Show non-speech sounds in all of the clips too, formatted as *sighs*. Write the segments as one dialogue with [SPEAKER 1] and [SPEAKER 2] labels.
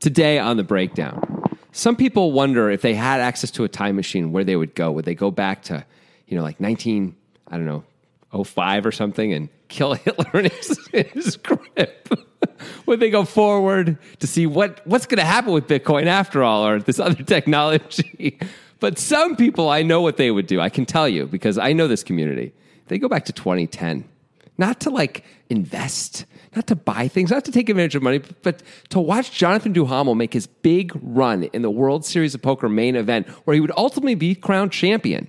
[SPEAKER 1] Today on the breakdown, some people wonder if they had access to a time machine, where they would go. Would they go back to, you know, like 19, I don't know, 05 or something and kill *laughs* Hitler in his, in his grip? *laughs* Would they go forward to see what, what's going to happen with Bitcoin after all or this other *laughs* technology? But some people, I know what they would do. I can tell you because I know this community. They go back to 2010 not to like invest, not to buy things, not to take advantage of money, but to watch Jonathan Duhamel make his big run in the World Series of Poker main event, where he would ultimately be crowned champion.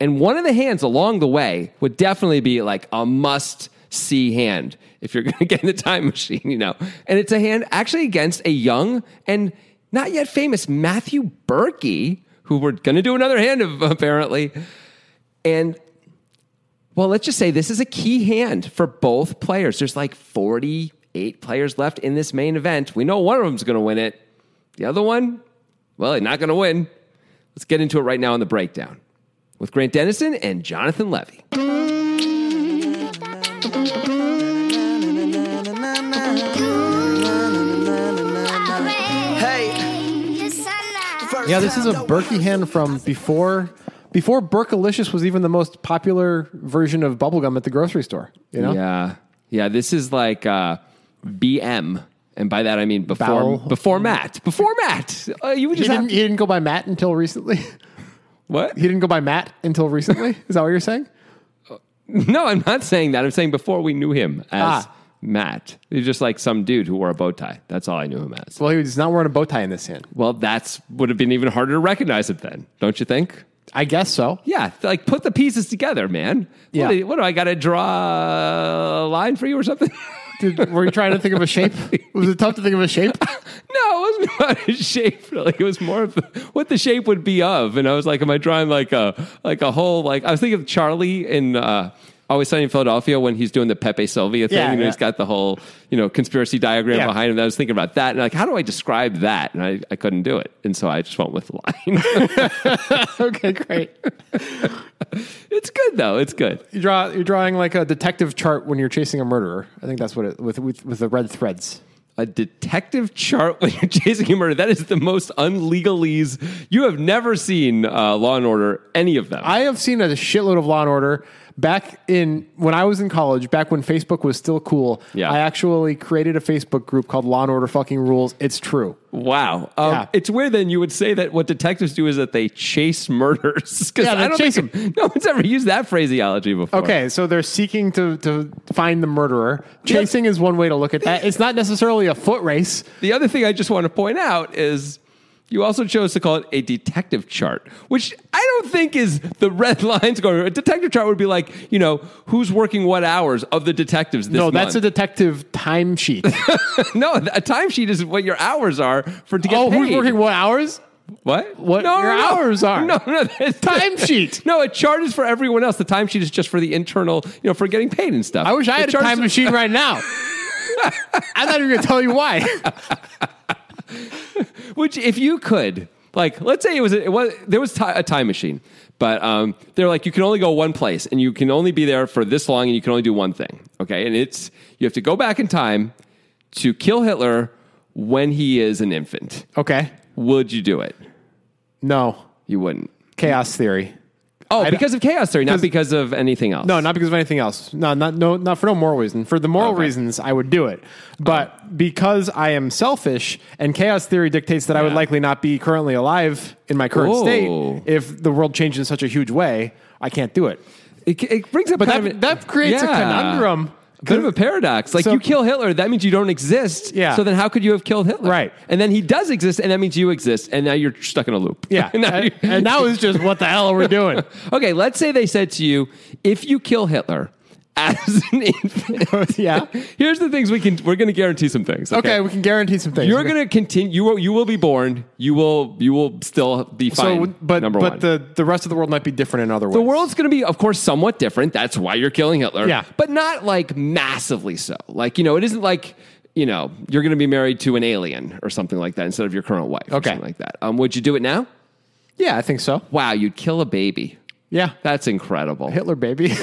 [SPEAKER 1] And one of the hands along the way would definitely be like a must see hand if you're *laughs* going to get in the time machine, you know. And it's a hand actually against a young and not yet famous Matthew Berkey, who we're going to do another hand of apparently. And well, let's just say this is a key hand for both players. There's like 48 players left in this main event. We know one of them's going to win it. The other one, well, he's not going to win. Let's get into it right now on the breakdown with Grant Dennison and Jonathan Levy.
[SPEAKER 2] Yeah, this is a Berkey hand from before before Berkalicious was even the most popular version of bubblegum at the grocery store. You know?
[SPEAKER 1] Yeah. Yeah, this is like uh, BM. And by that I mean before
[SPEAKER 2] Bowel.
[SPEAKER 1] before Matt. Before Matt. Uh, you would
[SPEAKER 2] He
[SPEAKER 1] just have-
[SPEAKER 2] didn't, he didn't go by Matt until recently. *laughs* he
[SPEAKER 1] what?
[SPEAKER 2] didn't go by Matt until recently. Is that what you're saying?
[SPEAKER 1] *laughs* No, I'm not saying that. I'm saying before we knew him as
[SPEAKER 2] Ah.
[SPEAKER 1] Matt. He's just like some dude who wore a bow tie. That's all I knew him as.
[SPEAKER 2] Well, he was not wearing a bow tie in this hand.
[SPEAKER 1] Well, that's would have been even harder to recognize it then, don't you think?
[SPEAKER 2] I guess so.
[SPEAKER 1] Yeah, like put the pieces together, man.
[SPEAKER 2] Yeah.
[SPEAKER 1] What, do- what do I got to draw a line for you or something? *laughs*
[SPEAKER 2] Did, were you trying to think of a shape? Was it tough to think of a shape?
[SPEAKER 1] no, it wasn't about his shape. Really. It was more of the, what the shape would be of. And I was like, am I drawing like a like a whole like I was thinking of Charlie in uh, Always Sunny in Philadelphia when he's doing the Pepe Sylvia thing,
[SPEAKER 2] Yeah,
[SPEAKER 1] and
[SPEAKER 2] yeah.
[SPEAKER 1] he's got the whole you know conspiracy diagram
[SPEAKER 2] Yeah.
[SPEAKER 1] behind him. And I was thinking about that, and like, how do I describe that? And I, I couldn't do it, and so I just went with the line.
[SPEAKER 2] *laughs*
[SPEAKER 1] *laughs*
[SPEAKER 2] okay, great.
[SPEAKER 1] it's good though. It's good.
[SPEAKER 2] You draw. You're drawing like a detective chart when you're chasing a murderer. I think that's what it with with, with the red threads.
[SPEAKER 1] a detective *laughs* chart when you're chasing a murder. That is the most unlegalese. You have never seen uh, Law and Order, any of them.
[SPEAKER 2] I have seen a shitload of Law and Order back in when I was in college, back when Facebook was still cool.
[SPEAKER 1] Yeah.
[SPEAKER 2] I actually created a Facebook group called Law and Order Fucking Rules. It's true.
[SPEAKER 1] wow. Um,
[SPEAKER 2] Yeah.
[SPEAKER 1] It's weird then you would say that what detectives do is that they chase murders. *laughs* 'Cause
[SPEAKER 2] Yeah, they
[SPEAKER 1] I don't
[SPEAKER 2] chase
[SPEAKER 1] think- *laughs* No one's ever used that phraseology before.
[SPEAKER 2] Okay, so they're seeking to to find the murderer. Chasing is one way to look at that. It's not necessarily a foot race.
[SPEAKER 1] The other thing I just want to point out is you also chose to call it a detective chart, which I don't think is the red *laughs* lines going. A detective chart would be like, you know, who's working what hours of the detectives this
[SPEAKER 2] No, that's
[SPEAKER 1] month.
[SPEAKER 2] a
[SPEAKER 1] *laughs*
[SPEAKER 2] detective timesheet.
[SPEAKER 1] No, a timesheet is what your hours are for to get
[SPEAKER 2] oh,
[SPEAKER 1] paid.
[SPEAKER 2] who's working what hours?
[SPEAKER 1] What?
[SPEAKER 2] What your hours are.
[SPEAKER 1] No, no, *laughs* that's
[SPEAKER 2] Timesheet.
[SPEAKER 1] No, a chart is for everyone else. The timesheet is just for the internal, you know, for getting paid and stuff.
[SPEAKER 2] I wish I had a time machine right
[SPEAKER 1] *laughs*
[SPEAKER 2] now. I'm not even going to tell you why. *laughs*
[SPEAKER 1] Which, if you could, like, let's say it was, a, it was there was ti a time machine, but um, they're like, you can only go one place, and you can only be there for this long, and you can only do one thing. Okay, and it's you have to go back in time to kill Hitler when he is an infant.
[SPEAKER 2] Okay.
[SPEAKER 1] Would you do it?
[SPEAKER 2] No.
[SPEAKER 1] You wouldn't.
[SPEAKER 2] Chaos theory.
[SPEAKER 1] Oh,
[SPEAKER 2] I-
[SPEAKER 1] because of chaos theory, not because of anything else.
[SPEAKER 2] No, not because of anything else. No, not no, not for no moral reason. For the moral
[SPEAKER 1] Okay.
[SPEAKER 2] reasons, I would do it. But because I am selfish, and chaos theory dictates that I would
[SPEAKER 1] Yeah.
[SPEAKER 2] likely not be currently alive in my current
[SPEAKER 1] Oh.
[SPEAKER 2] state if the world changed in such a huge way, I can't do it.
[SPEAKER 1] It, it brings up,
[SPEAKER 2] But
[SPEAKER 1] kind
[SPEAKER 2] that-
[SPEAKER 1] of a-
[SPEAKER 2] that creates a conundrum.
[SPEAKER 1] A Bit of a paradox. Like
[SPEAKER 2] So-
[SPEAKER 1] you kill Hitler, that means you don't exist.
[SPEAKER 2] Yeah.
[SPEAKER 1] So then, how could you have killed Hitler?
[SPEAKER 2] Right.
[SPEAKER 1] And then he does exist, and that means you exist, and now you're stuck in a loop.
[SPEAKER 2] Yeah,
[SPEAKER 1] *laughs* Now
[SPEAKER 2] and,
[SPEAKER 1] you-
[SPEAKER 2] and now it's just what the hell are we doing?
[SPEAKER 1] *laughs* okay. Let's say they said to you, if you kill Hitler *laughs* as an infant,
[SPEAKER 2] Oh, Yeah.
[SPEAKER 1] *laughs* Here's the things we can. We're going to guarantee some things.
[SPEAKER 2] Okay, we can guarantee some things.
[SPEAKER 1] You're
[SPEAKER 2] Okay.
[SPEAKER 1] going to continue. You will. You will be born. You will. You will still be fine.
[SPEAKER 2] So, but
[SPEAKER 1] number
[SPEAKER 2] but
[SPEAKER 1] one.
[SPEAKER 2] the the rest of the world might be different in other ways.
[SPEAKER 1] The world's going to be, of course, somewhat different. That's why you're killing Hitler.
[SPEAKER 2] Yeah.
[SPEAKER 1] But not like massively so. Like, you know, it isn't like, you know, you're going to be married to an alien or something like that instead of your current wife. or
[SPEAKER 2] Okay.
[SPEAKER 1] something like that. Um, would you do it now?
[SPEAKER 2] Yeah, I think so.
[SPEAKER 1] Wow, you'd kill a baby. *laughs*
[SPEAKER 2] Yeah,
[SPEAKER 1] That's incredible.
[SPEAKER 2] Hitler baby.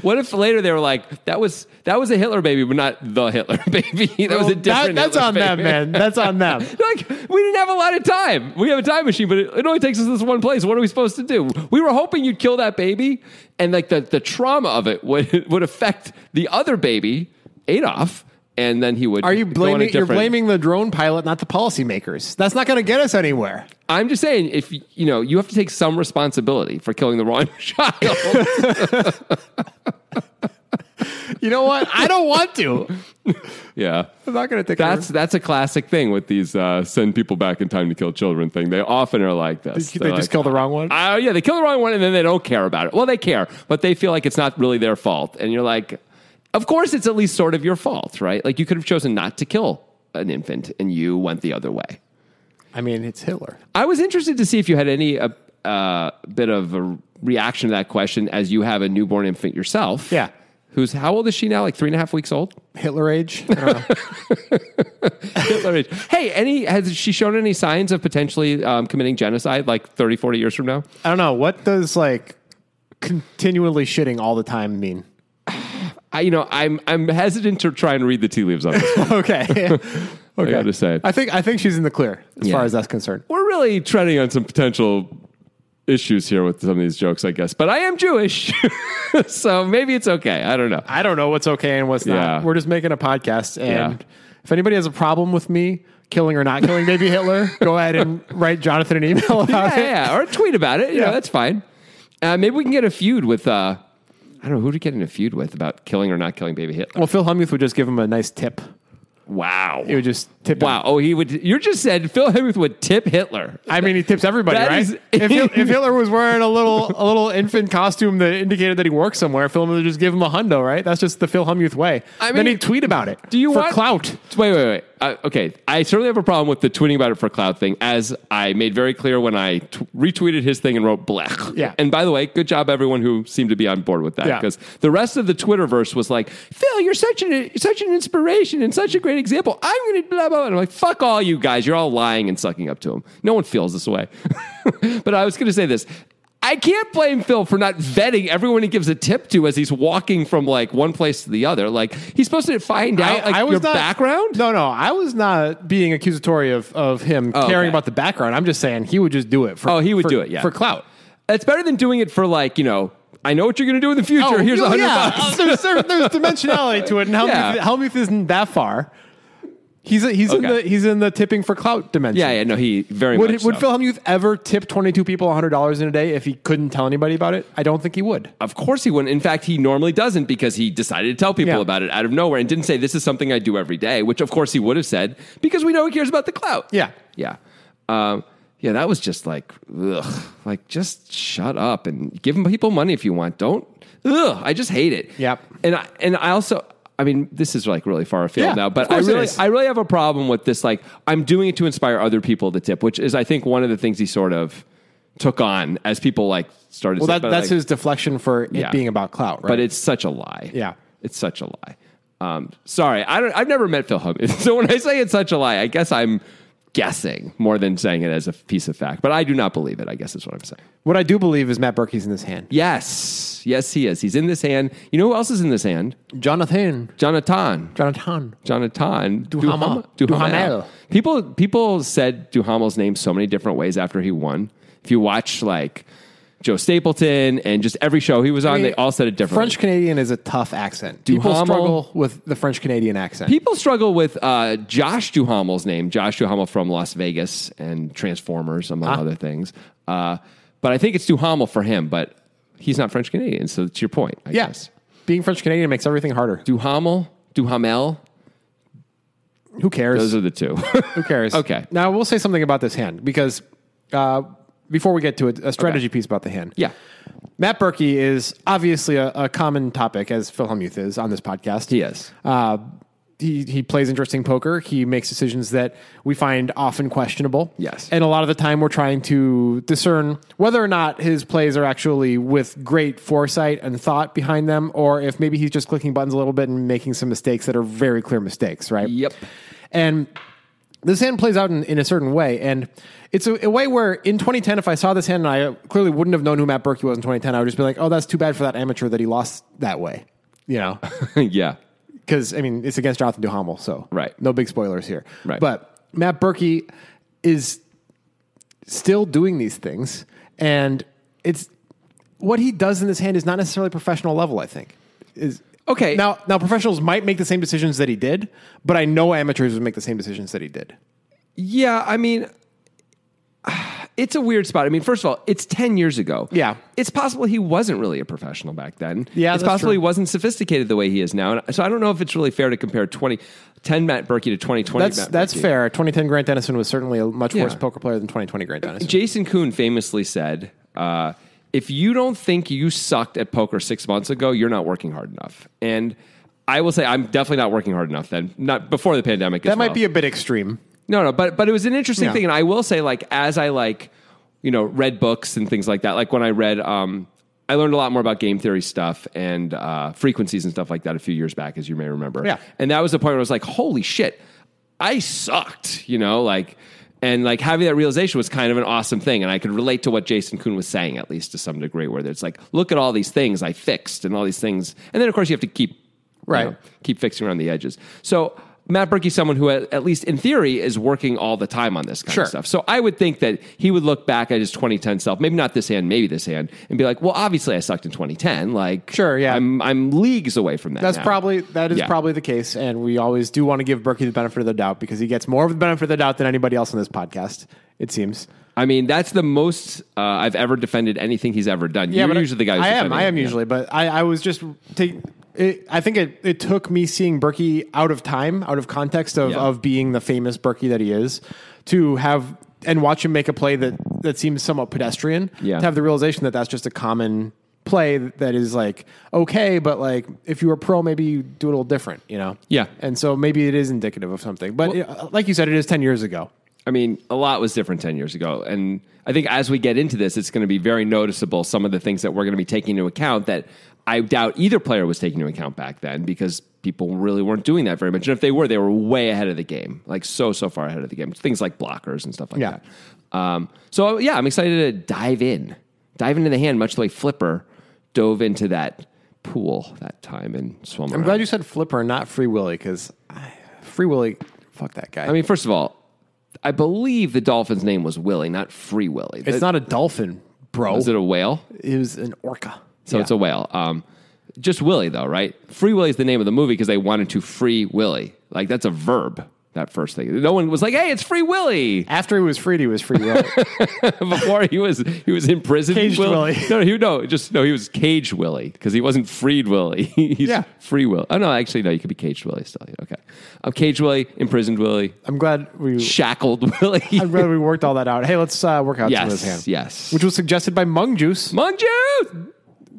[SPEAKER 1] What if later they were like, that was that was a Hitler baby, but not the Hitler *laughs* baby. that was a different. *laughs*
[SPEAKER 2] That- that's
[SPEAKER 1] Hitler
[SPEAKER 2] on them,
[SPEAKER 1] baby.
[SPEAKER 2] man. That's on
[SPEAKER 1] *laughs*
[SPEAKER 2] them.
[SPEAKER 1] Like we didn't have a lot of time. We have a time machine, but it, it only takes us to this one place. What are we supposed to do? We were hoping you'd kill that baby, and like the the trauma of it would *laughs* would affect the other baby, Adolf, and then he would.
[SPEAKER 2] Are you
[SPEAKER 1] go on a
[SPEAKER 2] blaming? You're
[SPEAKER 1] different-
[SPEAKER 2] blaming the drone pilot, not the policymakers. That's not going to get us anywhere.
[SPEAKER 1] I'm just saying, if y- you know, you have to take some responsibility for killing the wrong *laughs*
[SPEAKER 2] *laughs*
[SPEAKER 1] child.
[SPEAKER 2] You know what? I don't want *laughs* to.
[SPEAKER 1] yeah.
[SPEAKER 2] I'm not going to take.
[SPEAKER 1] That's that's a classic thing with these uh, send people back in time to kill children thing. They often are like this.
[SPEAKER 2] They
[SPEAKER 1] They're
[SPEAKER 2] just
[SPEAKER 1] like,
[SPEAKER 2] killed the wrong one.
[SPEAKER 1] Oh yeah, they kill the wrong one and then they don't care about it. Well, they care, but they feel like it's not really their fault. And you're like, of course, it's at least sort of your fault, right? Like you could have chosen not to kill an infant, and you went the other way.
[SPEAKER 2] I mean, it's Hitler.
[SPEAKER 1] I was interested to see if you had any uh, uh, bit of a reaction to that question, as you have a newborn infant yourself.
[SPEAKER 2] Yeah.
[SPEAKER 1] Who's how old is she now? Like three and a half weeks old. *laughs*
[SPEAKER 2] Hitler age. I don't know.
[SPEAKER 1] Hitler age. Hey, any has she shown any signs of potentially um, committing genocide like 30, 40 years from now?
[SPEAKER 2] *laughs* I don't know. What does like continually shitting all the time mean?
[SPEAKER 1] I, you know, I'm I'm hesitant to try and read the tea leaves on this.
[SPEAKER 2] *laughs* Okay. *laughs* okay. I
[SPEAKER 1] gotta say.
[SPEAKER 2] I think I think she's in the clear as
[SPEAKER 1] Yeah.
[SPEAKER 2] far as that's concerned.
[SPEAKER 1] We're really treading on some potential issues here with some of these jokes, I guess. But I am Jewish, *laughs* so maybe it's okay. I
[SPEAKER 2] *laughs*
[SPEAKER 1] don't know.
[SPEAKER 2] I don't know what's okay and what's
[SPEAKER 1] Yeah.
[SPEAKER 2] not. We're just making a podcast and
[SPEAKER 1] Yeah.
[SPEAKER 2] if anybody has a problem with me killing or not killing baby Hitler, go ahead and write Jonathan an email
[SPEAKER 1] *laughs*
[SPEAKER 2] about
[SPEAKER 1] Yeah,
[SPEAKER 2] it.
[SPEAKER 1] yeah, or tweet about it. yeah,
[SPEAKER 2] Yeah.
[SPEAKER 1] that's fine. Uh, maybe we can get a feud with. Uh, I don't know who to get in a feud with about killing or not killing baby Hitler.
[SPEAKER 2] Well, Phil Hellmuth would just give him a nice tip.
[SPEAKER 1] Wow.
[SPEAKER 2] He would just tip. him.
[SPEAKER 1] Wow. Oh, he would. You just said Phil Hemingway would tip Hitler.
[SPEAKER 2] I mean, he tips everybody,
[SPEAKER 1] That
[SPEAKER 2] right?
[SPEAKER 1] is-
[SPEAKER 2] if, Hil-
[SPEAKER 1] *laughs*
[SPEAKER 2] if Hitler was wearing a little a little infant costume that indicated that he worked somewhere, Phil would just give him a hundo, right? That's just the Phil Hellmuth way.
[SPEAKER 1] I
[SPEAKER 2] then
[SPEAKER 1] mean,
[SPEAKER 2] he'd tweet about it.
[SPEAKER 1] Do you
[SPEAKER 2] for
[SPEAKER 1] want
[SPEAKER 2] clout?
[SPEAKER 1] Wait, wait, wait. Uh, okay, I certainly have a problem with the tweeting about it for clout thing, as I made very clear when I t- retweeted his thing and wrote blech.
[SPEAKER 2] Yeah.
[SPEAKER 1] And by the way, good job everyone who seemed to be on board with that,
[SPEAKER 2] Yeah.
[SPEAKER 1] because the rest of the Twitterverse was like, Phil, you're such an such an inspiration and such a great example. I'm going to blah blah. blah. And I'm like, fuck all you guys. You're all lying and sucking up to him. No one feels this way. *laughs* but I was going to say this. I can't blame Phil for not vetting everyone he gives a tip to as he's walking from like one place to the other. Like he's supposed to find out like your background.
[SPEAKER 2] No, no, I was not being accusatory of, of him
[SPEAKER 1] Oh, okay.
[SPEAKER 2] caring about the background. I'm just saying he would just do it. For,
[SPEAKER 1] Oh, he would
[SPEAKER 2] for-
[SPEAKER 1] do it, yeah.
[SPEAKER 2] for clout.
[SPEAKER 1] That's better than doing it for like you know. I know what you're going to do in the future. Here's a
[SPEAKER 2] yeah,
[SPEAKER 1] hundred
[SPEAKER 2] Oh, yeah.
[SPEAKER 1] bucks.
[SPEAKER 2] there's, there- there's dimensionality to it, and Helmuth,
[SPEAKER 1] Yeah.
[SPEAKER 2] Helmuth isn't that far. He's a, he's in
[SPEAKER 1] Okay.
[SPEAKER 2] the he's in the tipping for clout dimension.
[SPEAKER 1] Yeah, yeah. No, he very
[SPEAKER 2] Would,
[SPEAKER 1] much.
[SPEAKER 2] would
[SPEAKER 1] so.
[SPEAKER 2] Phil Hellmuth ever tip 22 people $100 in a day if he couldn't tell anybody about it? I don't think he would.
[SPEAKER 1] Of course he wouldn't. In fact, he normally doesn't because he decided to tell people
[SPEAKER 2] Yeah.
[SPEAKER 1] about it out of nowhere and didn't say this is something I do every day, which of course he would have said because we know he cares about the clout.
[SPEAKER 2] Yeah.
[SPEAKER 1] Yeah. Um, yeah, that was just like, ugh, like just shut up and give people money if you want. Don't, ugh, I just hate it.
[SPEAKER 2] Yep.
[SPEAKER 1] And I, and I also, I mean, this is like really far afield
[SPEAKER 2] Yeah,
[SPEAKER 1] now,
[SPEAKER 2] of
[SPEAKER 1] but I
[SPEAKER 2] course it
[SPEAKER 1] really,
[SPEAKER 2] is.
[SPEAKER 1] I really have a problem with this. Like, I'm doing it to inspire other people to tip, which is, I think, one of the things he sort of took on as people like started.
[SPEAKER 2] Well,
[SPEAKER 1] to-
[SPEAKER 2] that,
[SPEAKER 1] but,
[SPEAKER 2] that's
[SPEAKER 1] like-
[SPEAKER 2] his deflection for it
[SPEAKER 1] Yeah.
[SPEAKER 2] being about clout, right?
[SPEAKER 1] but it's such a lie.
[SPEAKER 2] Yeah.
[SPEAKER 1] it's such a lie. Um, sorry, I don't. I've never met Phil Hellmuth, *laughs* so when I say it's such a lie, I guess I'm guessing more than saying it as a piece of fact. But I do not believe it. I guess is what I'm saying.
[SPEAKER 2] what I do believe is Matt Berkey's in this hand.
[SPEAKER 1] Yes, yes, he is. He's in this hand. You know who else is in this hand?
[SPEAKER 2] Jonathan.
[SPEAKER 1] Jonathan.
[SPEAKER 2] Jonathan.
[SPEAKER 1] Jonathan
[SPEAKER 2] Duhamel.
[SPEAKER 1] Duham- Duhamel.
[SPEAKER 2] Duhamel.
[SPEAKER 1] People people said Duhamel's name so many different ways after he won. If you watch like Joe Stapleton and just every show he was on, they all said it differently.
[SPEAKER 2] French Canadian is a tough accent. People
[SPEAKER 1] Duhamel.
[SPEAKER 2] struggle with the French Canadian accent.
[SPEAKER 1] People struggle with uh, Josh Duhamel's name, Josh Duhamel from Las Vegas and Transformers, among other things. Uh, but I think it's Duhamel for him, but he's not French Canadian, so it's your point. I
[SPEAKER 2] yes.
[SPEAKER 1] guess.
[SPEAKER 2] Being French Canadian makes everything harder.
[SPEAKER 1] Duhamel, Duhamel,
[SPEAKER 2] Who cares?
[SPEAKER 1] those are the two. *laughs*
[SPEAKER 2] Who cares?
[SPEAKER 1] Okay.
[SPEAKER 2] Now we'll say something about this hand because uh, before we get to it, a strategy piece about the hand.
[SPEAKER 1] yeah.
[SPEAKER 2] Matt Berkey is obviously a, a common topic as Phil Hellmuth is on this podcast.
[SPEAKER 1] He is.
[SPEAKER 2] Uh, he, he plays interesting poker. He makes decisions that we find often questionable.
[SPEAKER 1] Yes.
[SPEAKER 2] And a lot of the time we're trying to discern whether or not his plays are actually with great foresight and thought behind them, or if maybe he's just clicking buttons a little bit and making some mistakes that are very clear mistakes, right?
[SPEAKER 1] Yep.
[SPEAKER 2] And this hand plays out in, in a certain way, and it's a, a way where in 2010, if I saw this hand and I clearly wouldn't have known who Matt Berkey was in 2010, I would just be like, oh, that's too bad for that amateur that he lost that way, you know?
[SPEAKER 1] *laughs*
[SPEAKER 2] *laughs*
[SPEAKER 1] yeah.
[SPEAKER 2] Because I mean, it's against Jonathan Duhamel, so
[SPEAKER 1] Right.
[SPEAKER 2] No big spoilers here,
[SPEAKER 1] Right.
[SPEAKER 2] But Matt Berkey is still doing these things, and it's what he does in this hand is not necessarily professional level. I think is
[SPEAKER 1] Okay.
[SPEAKER 2] Now, now professionals might make the same decisions that he did, but I know amateurs would make the same decisions that he did.
[SPEAKER 1] Yeah, I mean, *sighs* it's a weird spot. I mean, first of all, it's 10 years ago.
[SPEAKER 2] Yeah.
[SPEAKER 1] It's possible he wasn't really a professional back then.
[SPEAKER 2] Yeah,
[SPEAKER 1] It's
[SPEAKER 2] that's
[SPEAKER 1] possible
[SPEAKER 2] true.
[SPEAKER 1] he wasn't sophisticated the way he is now. And so I don't know if it's really fair to compare 20, 10 Matt Berkey to 2020
[SPEAKER 2] That's
[SPEAKER 1] Matt
[SPEAKER 2] that's
[SPEAKER 1] Berkey.
[SPEAKER 2] fair. 2010 Grant Dennison was certainly a much
[SPEAKER 1] Yeah. Uh,
[SPEAKER 2] worse poker player than 2020 Grant Dennison.
[SPEAKER 1] Jason Kuhn famously said, uh, if you don't think you sucked at poker six months ago, you're not working hard enough. And I will say I'm definitely not working hard enough then, not before the pandemic.
[SPEAKER 2] that might be a bit extreme.
[SPEAKER 1] No, no, but but it was an interesting
[SPEAKER 2] Yeah.
[SPEAKER 1] thing, and I will say, like, as I like, you know, read books and things like that. Like when I read, um, I learned a lot more about game theory stuff and uh, frequencies and stuff like that a few years back, as you may remember.
[SPEAKER 2] Yeah.
[SPEAKER 1] and that was the point where I was like, holy shit, I sucked, you know, like. And like having that realization was kind of an awesome thing, and I could relate to what Jason Kuhn was saying at least to some degree, where it's like, look at all these things I fixed, and all these things, and then of course you have to keep you
[SPEAKER 2] Right.
[SPEAKER 1] know, keep fixing around the edges. So Matt Berkey's someone who, at at least in theory, is working all the time on this kind
[SPEAKER 2] Sure.
[SPEAKER 1] of stuff. So I would think that he would look back at his 2010 self, maybe not this hand, maybe this hand, and be like, "Well, obviously I sucked in 2010. Like,
[SPEAKER 2] Sure, yeah.
[SPEAKER 1] I'm I'm leagues away from that.
[SPEAKER 2] That's
[SPEAKER 1] now."
[SPEAKER 2] probably that is
[SPEAKER 1] Yeah.
[SPEAKER 2] probably the case, and we always do want to give Berkey the benefit of the doubt because he gets more of the benefit of the doubt than anybody else on this podcast. It seems.
[SPEAKER 1] I mean, that's the most uh, I've ever defended anything he's ever done. You're
[SPEAKER 2] but I-
[SPEAKER 1] usually the guy. Who's
[SPEAKER 2] I am.
[SPEAKER 1] defending
[SPEAKER 2] I am
[SPEAKER 1] it. Yeah.
[SPEAKER 2] usually, but I, I was just take. It, I think it, it took me seeing Berkey out of time, out of context of,
[SPEAKER 1] Yeah.
[SPEAKER 2] of being the famous Berkey that he is, to have and watch him make a play that that seems somewhat pedestrian.
[SPEAKER 1] Yeah.
[SPEAKER 2] To have the realization that that's just a common play that is like okay, but like if you were pro, maybe you do it a little different, you know?
[SPEAKER 1] Yeah.
[SPEAKER 2] And so maybe it is indicative of something, but uh, like you said, it is ten years ago.
[SPEAKER 1] I mean, a lot was different 10 years ago. And I think as we get into this, it's going to be very noticeable some of the things that we're going to be taking into account that I doubt either player was taking into account back then because people really weren't doing that very much. And if they were, they were way ahead of the game, like so, so far ahead of the game. Things like blockers and stuff like
[SPEAKER 2] Yeah.
[SPEAKER 1] that. Um, so, yeah, I'm excited to dive in, dive into the hand, much the way Flipper dove into that pool that time and swam
[SPEAKER 2] I'm
[SPEAKER 1] around.
[SPEAKER 2] glad you said Flipper, not Free Willy, because Free Willy, fuck that guy.
[SPEAKER 1] I mean, first of all, I believe the dolphin's name was Willie, not Free Willie.
[SPEAKER 2] It's not a dolphin, bro.
[SPEAKER 1] Is
[SPEAKER 2] It,
[SPEAKER 1] it a whale?
[SPEAKER 2] was an orca.
[SPEAKER 1] So it's a whale. Um, just Willie, though, right? Free Willy is the name of the movie because they wanted to free Willie. Like, that's a verb, that first thing. No one was like, hey, it's Free Willy. *laughs*
[SPEAKER 2] After he was freed, he was free will.
[SPEAKER 1] Before he was he was in prison.
[SPEAKER 2] Caged Willy.
[SPEAKER 1] No, he, no, just, no, he was caged Willie because he wasn't freed Willie. *laughs* He's
[SPEAKER 2] Yeah.
[SPEAKER 1] free Willy. Oh, no, actually, no, you could be caged Willie still. Okay. Um, caged Willie, imprisoned Willie,
[SPEAKER 2] I'm glad we
[SPEAKER 1] shackled *laughs* Willie.
[SPEAKER 2] I'm glad we worked all that out. Hey, let's uh, work out some of this hand.
[SPEAKER 1] yes, yes.
[SPEAKER 2] Which was suggested by Mung Juice.
[SPEAKER 1] Mung juice!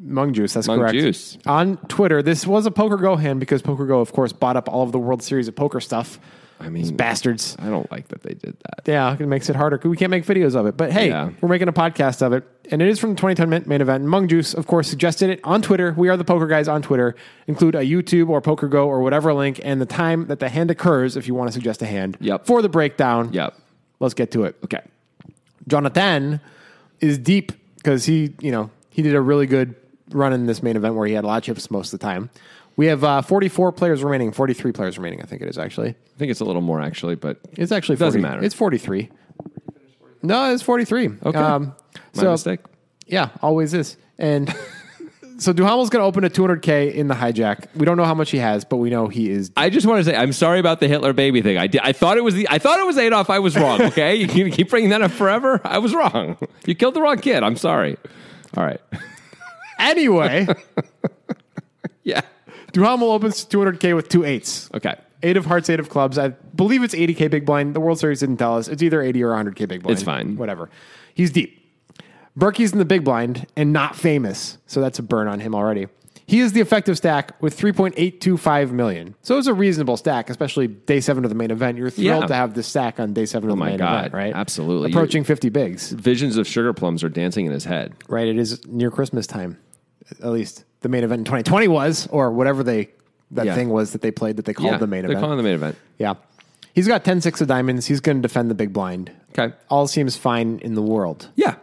[SPEAKER 2] Mung Juice, that's
[SPEAKER 1] Mung
[SPEAKER 2] correct.
[SPEAKER 1] Juice.
[SPEAKER 2] On Twitter, this was a Poker Go hand because Poker Go, of course, bought up all of the World Series of Poker stuff.
[SPEAKER 1] I mean-
[SPEAKER 2] These bastards.
[SPEAKER 1] I don't like that they did that.
[SPEAKER 2] Yeah, it makes it harder. We can't make videos of it. But hey,
[SPEAKER 1] Yeah.
[SPEAKER 2] we're making a podcast of it. And it is from the 2010 main- main event. Mung Juice, of course, suggested it on Twitter. We are the poker guys on Twitter. Include a YouTube or Poker Go or whatever link and the time that the hand occurs if you want to suggest a hand
[SPEAKER 1] Yep.
[SPEAKER 2] for the breakdown.
[SPEAKER 1] Yep.
[SPEAKER 2] Let's get to it.
[SPEAKER 1] Okay.
[SPEAKER 2] Jonathan is deep because he, you know, he did a really good run in this main event where he had a lot of chips most of the time. We have uh, 44 players remaining, 43 players remaining, I think it is actually.
[SPEAKER 1] I think it's a little more, actually, but
[SPEAKER 2] It's actually
[SPEAKER 1] Doesn't
[SPEAKER 2] 40,
[SPEAKER 1] matter.
[SPEAKER 2] It's forty three. No, it's forty three.
[SPEAKER 1] Okay. my
[SPEAKER 2] so
[SPEAKER 1] mistake.
[SPEAKER 2] yeah, always is.
[SPEAKER 1] *laughs*
[SPEAKER 2] And so Duhamel's going to open a two hundred k in the hijack. We don't know how much he has, but we know he is.
[SPEAKER 1] I just want to say I'm sorry about the Hitler baby thing. I did, I thought it was the I thought it was Adolf. I was *laughs* wrong. Okay, you can keep bringing that up forever. I was wrong. You killed the wrong kid. I'm sorry. All right.
[SPEAKER 2] Anyway,
[SPEAKER 1] *laughs* Yeah.
[SPEAKER 2] Duhamel opens two hundred k with two eights.
[SPEAKER 1] Okay.
[SPEAKER 2] Eight of hearts, eight of clubs. I believe it's 80k big blind. The World Series didn't tell us. It's either 80 or 100k big blind.
[SPEAKER 1] It's fine.
[SPEAKER 2] Whatever. He's deep. Berkey's in the big blind and not famous, so that's a burn on him already. He is the effective stack with 3.825 million. So it's a reasonable stack, especially day seven of the main event. You're thrilled
[SPEAKER 1] Yeah. Oh
[SPEAKER 2] to have this stack on day seven of the
[SPEAKER 1] my
[SPEAKER 2] main
[SPEAKER 1] God.
[SPEAKER 2] event, right?
[SPEAKER 1] Absolutely.
[SPEAKER 2] Approaching 50 bigs,
[SPEAKER 1] Visions of sugar plums are dancing in his head.
[SPEAKER 2] right? It is near Christmas time, at least the main event in 2020 was, or whatever they that
[SPEAKER 1] Yeah.
[SPEAKER 2] thing was that they played that they called the main
[SPEAKER 1] They're
[SPEAKER 2] event.
[SPEAKER 1] calling the main event.
[SPEAKER 2] Yeah. He's got 10 6 of diamonds. He's going to defend the big blind.
[SPEAKER 1] Okay.
[SPEAKER 2] All seems fine in the world.
[SPEAKER 1] Yeah.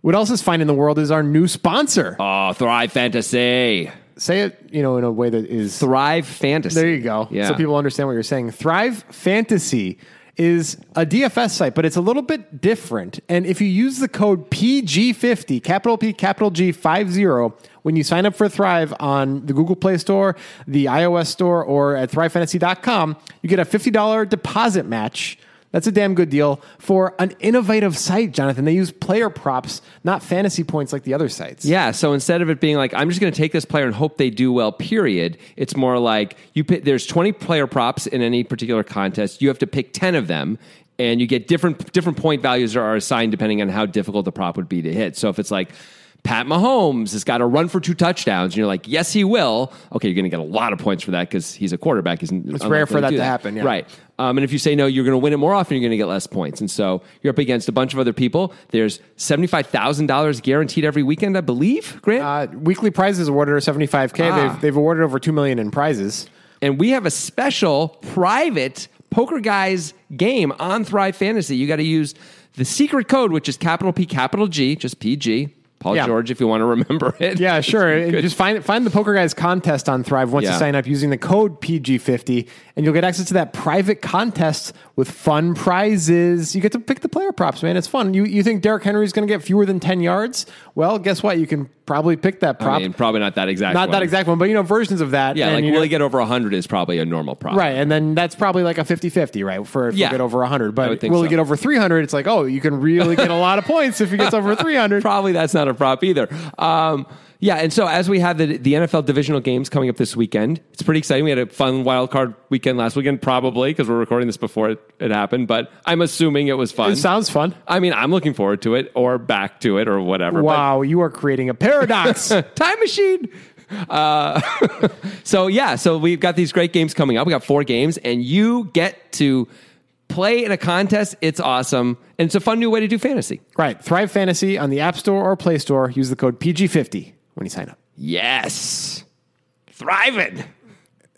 [SPEAKER 2] What else is fine in the world is our new sponsor.
[SPEAKER 1] Oh, Thrive Fantasy.
[SPEAKER 2] Say it, you know, in a way that is
[SPEAKER 1] Thrive Fantasy.
[SPEAKER 2] There you go.
[SPEAKER 1] Yeah.
[SPEAKER 2] So people understand what you're saying. Thrive Fantasy is a DFS site, but it's a little bit different. And if you use the code PG50, capital P, capital G, 50, when you sign up for Thrive on the Google Play Store, the iOS Store, or at thrivefantasy.com, you get a $50 deposit match. That's a damn good deal for an innovative site, Jonathan. They use player props, not fantasy points like the other sites.
[SPEAKER 1] Yeah. So instead of it being like, I'm just going to take this player and hope they do well, period, it's more like you pick, there's 20 player props in any particular contest. You have to pick 10 of them. And you get different different point values are assigned depending on how difficult the prop would be to hit. So if it's like Pat Mahomes has got to run for two touchdowns, and you're like, yes, he will. Okay, you're going to get a lot of points for that because he's a quarterback. He's it's
[SPEAKER 2] rare for that to happen, yeah.
[SPEAKER 1] right? Um, and if you say no, you're going to win it more often. You're going to get less points, and so you're up against a bunch of other people. There's seventy five thousand dollars guaranteed every weekend, I believe, Grant.
[SPEAKER 2] Uh, weekly prizes awarded are 75K.
[SPEAKER 1] Ah.
[SPEAKER 2] They've, they've awarded over 2 million in prizes.
[SPEAKER 1] and we have a special private poker guys game on Thrive Fantasy. You got to use the secret code, which is capital P, capital G, just PG. Paul
[SPEAKER 2] Yeah.
[SPEAKER 1] George, if you want to remember it.
[SPEAKER 2] Yeah, sure. And
[SPEAKER 1] Good.
[SPEAKER 2] Just find find the Poker Guys contest on Thrive once you
[SPEAKER 1] Yeah.
[SPEAKER 2] sign up using the code PG50, and you'll get access to that private contest with fun prizes. You get to pick the player props, man. It's fun. You you think Derrick Henry's going to get fewer than ten yards? Well, guess what? You can probably pick that
[SPEAKER 1] *laughs*
[SPEAKER 2] prop.
[SPEAKER 1] I mean, probably not that exact.
[SPEAKER 2] not that
[SPEAKER 1] one.
[SPEAKER 2] exact one, but you know versions of that.
[SPEAKER 1] Yeah,
[SPEAKER 2] and
[SPEAKER 1] like
[SPEAKER 2] you
[SPEAKER 1] will
[SPEAKER 2] know-
[SPEAKER 1] he get over 100 is probably a normal problem.
[SPEAKER 2] Right, and then that's probably like a 50-50, right? For if
[SPEAKER 1] Yeah.
[SPEAKER 2] you get over 100,
[SPEAKER 1] I
[SPEAKER 2] but
[SPEAKER 1] would
[SPEAKER 2] will
[SPEAKER 1] think
[SPEAKER 2] he
[SPEAKER 1] so.
[SPEAKER 2] get over 300? It's like, "Oh, you can really get a lot of points if he
[SPEAKER 1] *laughs*
[SPEAKER 2] gets over 300."
[SPEAKER 1] Probably that's not a prop either. Um, yeah, and so as we have the, the NFL divisional games coming up this weekend, it's pretty exciting. We had a fun wild card weekend last weekend, probably because we're recording this before it, it happened, but I'm assuming it was fun.
[SPEAKER 2] It sounds fun.
[SPEAKER 1] I mean, I'm looking forward to it or back to it or whatever. but-
[SPEAKER 2] Wow, you are creating a paradox.
[SPEAKER 1] *laughs* time machine. Uh, *laughs* so yeah, so we've got these great games coming up. We got four games, and you get to play in a contest. It's awesome, and it's a fun new way to do fantasy.
[SPEAKER 2] Right. Thrive Fantasy on the App Store or Play Store. Use the code PG50 when you sign up.
[SPEAKER 1] Yes, thriving.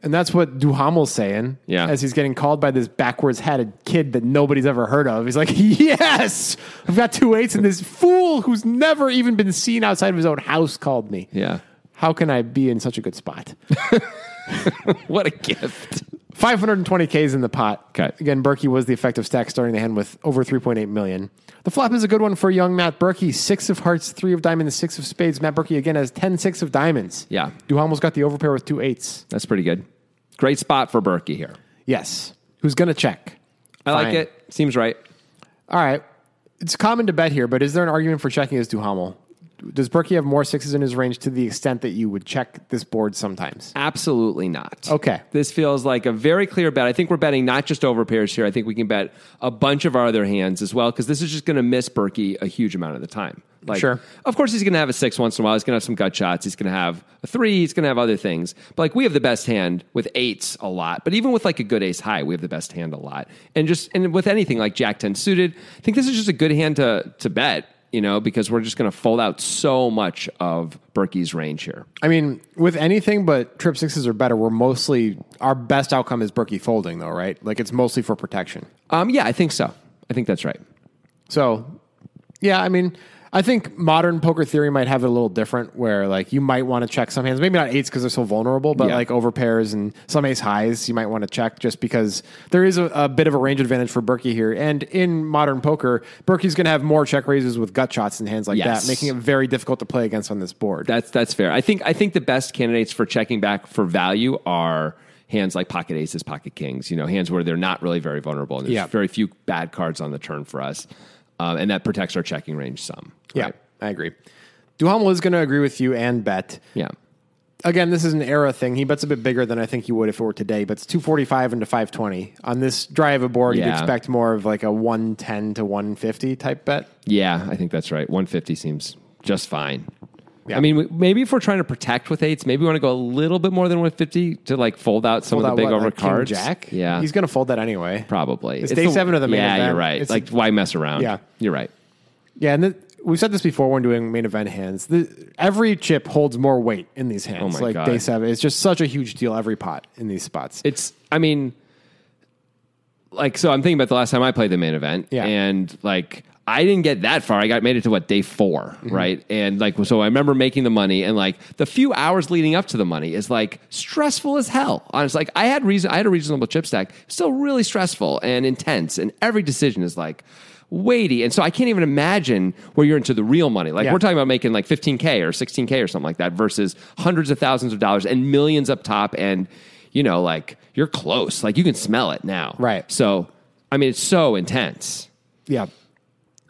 [SPEAKER 2] And that's what Duhamel's saying
[SPEAKER 1] Yeah.
[SPEAKER 2] as he's getting called by this backwards hatted kid that nobody's ever heard of. He's like, *laughs* Yes, I've got two eights, and this fool who's never even been seen outside of his own house called me.
[SPEAKER 1] Yeah,
[SPEAKER 2] How can I be in such a good spot?
[SPEAKER 1] what a gift.
[SPEAKER 2] 520K is in the pot.
[SPEAKER 1] Okay.
[SPEAKER 2] Again, Berkey was the effective stack starting the hand with over 3.8 million. The flop is a good one for young Matt Berkey. Six of hearts, three of diamonds, six of spades. Matt Berkey again has 10 six of diamonds.
[SPEAKER 1] Yeah.
[SPEAKER 2] Duhamel's got the overpair with two eights.
[SPEAKER 1] That's pretty good. Great spot for Berkey here.
[SPEAKER 2] Yes. Who's going to check?
[SPEAKER 1] I like
[SPEAKER 2] Fine.
[SPEAKER 1] it. Seems right.
[SPEAKER 2] All right. It's common to bet here, but is there an argument for checking as Duhamel? Does Berkey have more sixes in his range to the extent that you would check this board sometimes?
[SPEAKER 1] Absolutely not.
[SPEAKER 2] Okay.
[SPEAKER 1] This feels like a very clear bet. I think we're betting not just over pairs here. I think we can bet a bunch of our other hands as well because this is just going to miss Berkey a huge amount of the time. Like,
[SPEAKER 2] Sure.
[SPEAKER 1] Of course, he's going to have a six once in a while. He's going to have some gut shots. He's going to have a three. He's going to have other things. But like we have the best hand with eights a lot. But even with like a good ace high, we have the best hand a lot. And just and with anything like Jack ten suited, I think this is just a good hand to to bet. You know, because we're just going to fold out so much of Berkey's range here.
[SPEAKER 2] I mean, with anything but trip sixes or better, we're mostly, our best outcome is Berkey folding, though, right? Like it's mostly for protection.
[SPEAKER 1] Um, yeah, I think so. I think that's right.
[SPEAKER 2] So, yeah, I mean, I think modern poker theory might have it a little different where, like, you might want to check some hands, maybe not eights because they're so vulnerable, but
[SPEAKER 1] Yeah.
[SPEAKER 2] like over pairs and some ace highs, you might want to check just because there is a, a bit of a range advantage for Berkey here. And in modern poker, Berkey's going to have more check raises with gut shots and hands like
[SPEAKER 1] Yes.
[SPEAKER 2] that, making it very difficult to play against on this board.
[SPEAKER 1] That's that's fair. I think I think the best candidates for checking back for value are hands like pocket aces, pocket kings. You know, hands where they're not really very vulnerable. And there's
[SPEAKER 2] Yeah.
[SPEAKER 1] very few bad cards on the turn for us, um, and that protects our checking range some.
[SPEAKER 2] yeah,
[SPEAKER 1] right?
[SPEAKER 2] I agree. Duhamel is going to agree with you and bet.
[SPEAKER 1] yeah.
[SPEAKER 2] again, this is an era thing. He bets a bit bigger than I think he would if it were today, but it's 245 into 520. On this drive aboard, you'd
[SPEAKER 1] Yeah.
[SPEAKER 2] expect more of like a 110 to 150 type bet.
[SPEAKER 1] Yeah, I think that's right. 150 seems just fine.
[SPEAKER 2] Yeah.
[SPEAKER 1] I mean, we- maybe if we're trying to protect with eights, maybe we want to go a little bit more than 150 to like fold out some of
[SPEAKER 2] Without
[SPEAKER 1] the big
[SPEAKER 2] what,
[SPEAKER 1] over
[SPEAKER 2] like, King
[SPEAKER 1] cards.
[SPEAKER 2] Jack?
[SPEAKER 1] Yeah.
[SPEAKER 2] He's going to fold that anyway.
[SPEAKER 1] probably.
[SPEAKER 2] It's day seven of the main
[SPEAKER 1] Yeah,
[SPEAKER 2] event.
[SPEAKER 1] you're right.
[SPEAKER 2] It's-
[SPEAKER 1] like, why mess around?
[SPEAKER 2] Yeah.
[SPEAKER 1] You're right.
[SPEAKER 2] Yeah, and th- we've said this before when doing main event hands. The, every chip holds more weight in these hands.
[SPEAKER 1] Oh my
[SPEAKER 2] like
[SPEAKER 1] God.
[SPEAKER 2] day seven, it's just such a huge deal every pot in these spots.
[SPEAKER 1] It's, I mean, like so I'm thinking about the last time I played the main event.
[SPEAKER 2] Yeah.
[SPEAKER 1] And like I didn't get that far. I got made it to what day 4
[SPEAKER 2] Mm-hmm.
[SPEAKER 1] right? And like so I remember making the money and like the few hours leading up to the money is like stressful as hell. Honestly, like I had reason I had a reasonable chip stack, still really stressful and intense, and every decision is like weighty. And so I can't even imagine where you're into the real money. Like
[SPEAKER 2] Yeah.
[SPEAKER 1] we're talking about making like 15K or 16K or something like that versus hundreds of thousands of dollars and millions up top and you know, like you're close. Like you can smell it now.
[SPEAKER 2] Right.
[SPEAKER 1] So, I mean, it's so intense.
[SPEAKER 2] Yeah.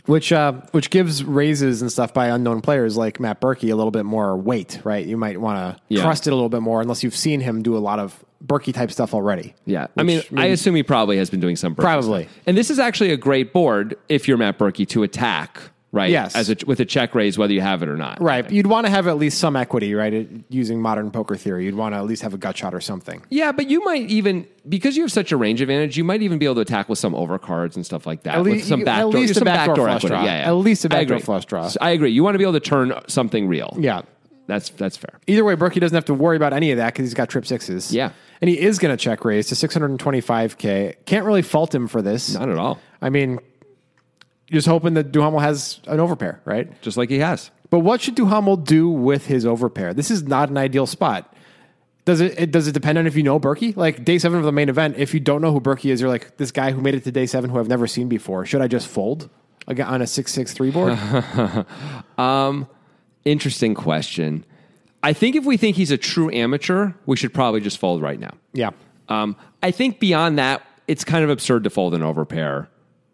[SPEAKER 2] Which uh, which gives raises and stuff by unknown players like Matt Berkey a little bit more weight, right? You might want to
[SPEAKER 1] Yeah.
[SPEAKER 2] trust it a little bit more unless you've seen him do a lot of Berkey type stuff already.
[SPEAKER 1] Yeah. I
[SPEAKER 2] Which
[SPEAKER 1] mean, I assume he probably has been doing some Berkey
[SPEAKER 2] Probably.
[SPEAKER 1] stuff. And this is actually a great board if you're Matt Berkey to attack, right?
[SPEAKER 2] Yes.
[SPEAKER 1] As a, with a check raise, whether you have it or not.
[SPEAKER 2] Right. You'd want to have at least some equity, right? It, using modern poker theory, you'd want to at least have a gut shot or something.
[SPEAKER 1] Yeah, but you might even because you have such a range advantage, you might even be able to attack with some overcards and stuff like that.
[SPEAKER 2] At lea-
[SPEAKER 1] with some
[SPEAKER 2] you- at
[SPEAKER 1] backdoor,
[SPEAKER 2] least a
[SPEAKER 1] some
[SPEAKER 2] backdoor flush
[SPEAKER 1] equity.
[SPEAKER 2] draw.
[SPEAKER 1] Yeah, yeah.
[SPEAKER 2] At least a
[SPEAKER 1] I
[SPEAKER 2] backdoor
[SPEAKER 1] agree.
[SPEAKER 2] flush draw.
[SPEAKER 1] So I agree. You want to be able to turn something real.
[SPEAKER 2] Yeah.
[SPEAKER 1] that's that's fair.
[SPEAKER 2] Either way, Berkey doesn't have to worry about any of that because he's got trip sixes.
[SPEAKER 1] Yeah.
[SPEAKER 2] And he is going to check raise to 625K. Can't really fault him for this.
[SPEAKER 1] Not at all.
[SPEAKER 2] I mean, just hoping that Duhamel has an overpair, right?
[SPEAKER 1] Just like he has.
[SPEAKER 2] But what should Duhamel do with his overpair? This is not an ideal spot. Does it, it does it depend on if you know Berkey? Like day seven of the main event, if you don't know who Berkey is, you're like this guy who made it to day seven who I've never seen before. Should I just fold Like, on a six six three board?
[SPEAKER 1] Interesting question. I think if we think he's a true amateur, we should probably just fold right now.
[SPEAKER 2] yeah,
[SPEAKER 1] Um, I think beyond that, it's kind of absurd to fold an overpair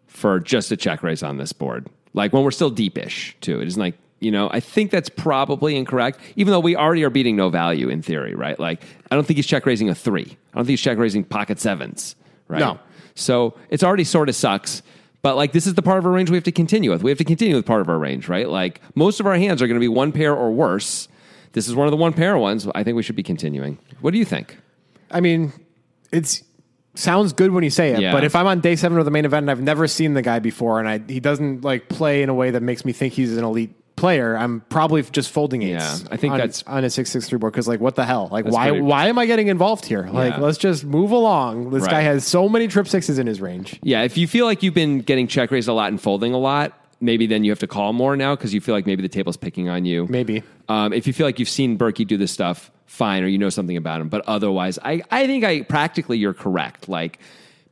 [SPEAKER 1] for just a check raise on this board. Like when we're still deepish too. It isn't like you know. I think that's probably incorrect. Even though we already are beating no value in theory, right? Like I don't think he's check raising a three. I don't think he's check raising pocket sevens, right?
[SPEAKER 2] No.
[SPEAKER 1] So it's already sort of sucks. But like this is the part of our range we have to continue with. We have to continue with part of our range, right? Like most of our hands are going to be one pair or worse. This is one of the one pair ones. I think we should be continuing. What do you think?
[SPEAKER 2] I mean, it's sounds good when you say it,
[SPEAKER 1] Yeah.
[SPEAKER 2] but if I'm on day seven of the main event and I've never seen the guy before, and I, he doesn't like play in a way that makes me think he's an elite player, I'm probably just folding eights.
[SPEAKER 1] Yeah, I think
[SPEAKER 2] on-
[SPEAKER 1] that's-
[SPEAKER 2] on a six six three board because like what the hell? Like why
[SPEAKER 1] pretty-
[SPEAKER 2] why am I getting involved here? Like
[SPEAKER 1] Yeah.
[SPEAKER 2] let's just move along. This
[SPEAKER 1] Right.
[SPEAKER 2] guy has so many trip sixes in his range.
[SPEAKER 1] Yeah, if you feel like you've been getting check raised a lot and folding a lot, maybe then you have to call more now because you feel like maybe the table's picking on you.
[SPEAKER 2] Maybe.
[SPEAKER 1] Um, if you feel like you've seen Berkey do this stuff, fine, or you know something about him. But otherwise, I, I think I practically you're correct. Like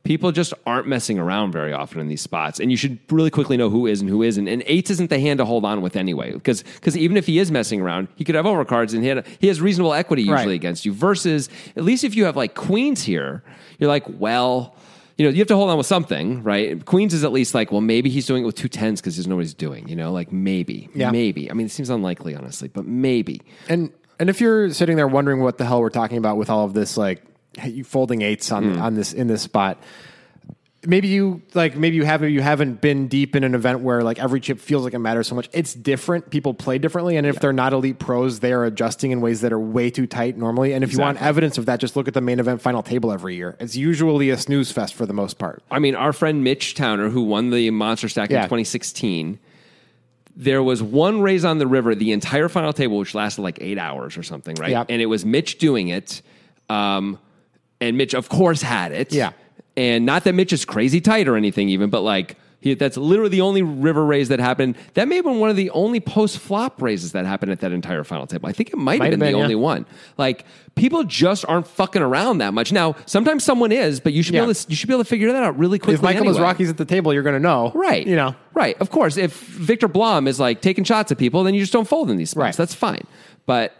[SPEAKER 1] people just aren't messing around very often in these spots, and you should really quickly know who is and who isn't. And eights isn't the hand to hold on with anyway, because because even if he is messing around, he could have overcards and he had he has reasonable equity usually
[SPEAKER 2] Right.
[SPEAKER 1] against you. Versus at least if you have like queens here, you're like well. You know, you have to hold on with something, right? Queens is at least like, well, maybe he's doing it with two tens because there's nobody's doing, you know, like maybe,
[SPEAKER 2] Yeah.
[SPEAKER 1] maybe. I mean, it seems unlikely, honestly, but maybe.
[SPEAKER 2] And and if you're sitting there wondering what the hell we're talking about with all of this, like hey, you folding eights on
[SPEAKER 1] Hmm.
[SPEAKER 2] on this in this spot, maybe you like maybe you haven't you haven't been deep in an event where like every chip feels like it matters so much. It's different. People play differently, and if they're not elite pros, they are adjusting in ways that are way too tight normally. And if you want
[SPEAKER 1] Exactly.
[SPEAKER 2] evidence of that, just look at the main event final table every year. It's usually a snooze fest for the most part.
[SPEAKER 1] I mean, our friend Mitch Towner, who won the Monster Stack in
[SPEAKER 2] Yeah.
[SPEAKER 1] 2016, there was one raise on the river, the entire final table, which lasted like eight hours or something, right?
[SPEAKER 2] Yep.
[SPEAKER 1] And it was Mitch doing it. Um, and Mitch, of course, had it.
[SPEAKER 2] Yeah.
[SPEAKER 1] And not that Mitch is crazy tight or anything, even, but like, he, that's literally the only river raise that happened. That may have been one of the only post flop raises that happened at that entire final table. I think it might, have
[SPEAKER 2] Might
[SPEAKER 1] been,
[SPEAKER 2] have
[SPEAKER 1] the
[SPEAKER 2] been, yeah.
[SPEAKER 1] only one. Like people just aren't fucking around that much now. Sometimes someone is, but you should
[SPEAKER 2] Yeah.
[SPEAKER 1] be able to you should be able to figure that out really quickly.
[SPEAKER 2] If Michael
[SPEAKER 1] anyway.
[SPEAKER 2] Mizraki's at the table, you're going to know,
[SPEAKER 1] Right.
[SPEAKER 2] You know,
[SPEAKER 1] Right. Of course, if Victor Blom is like taking shots at people, then you just don't fold in these spots.
[SPEAKER 2] Right.
[SPEAKER 1] That's fine. But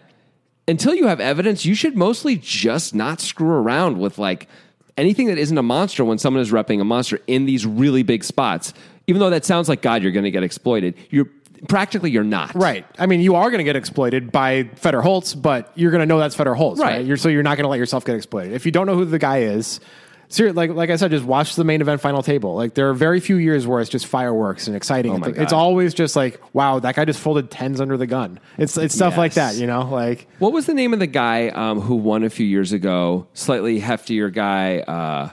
[SPEAKER 1] until you have evidence, you should mostly just not screw around with like anything that isn't a monster when someone is repping a monster in these really big spots. Even though that sounds like God, you're going to get exploited. You're practically you're not.
[SPEAKER 2] Right. I mean, you are going to get exploited by Feder Holtz, but you're going to know that's Feder Holtz, right?
[SPEAKER 1] Right.
[SPEAKER 2] You're, so you're not going to let yourself get exploited. If you don't know who the guy is, seriously, like like I said, just watch the main event final table. Like there are very few years where it's just fireworks and exciting.
[SPEAKER 1] Oh my
[SPEAKER 2] it's, it's
[SPEAKER 1] God.
[SPEAKER 2] always just like, wow, that guy just folded tens under the gun. It's it's stuff like
[SPEAKER 1] Yes.
[SPEAKER 2] that, you know, like
[SPEAKER 1] What was the name of the guy um, who won a few years ago? Slightly heftier guy. Uh,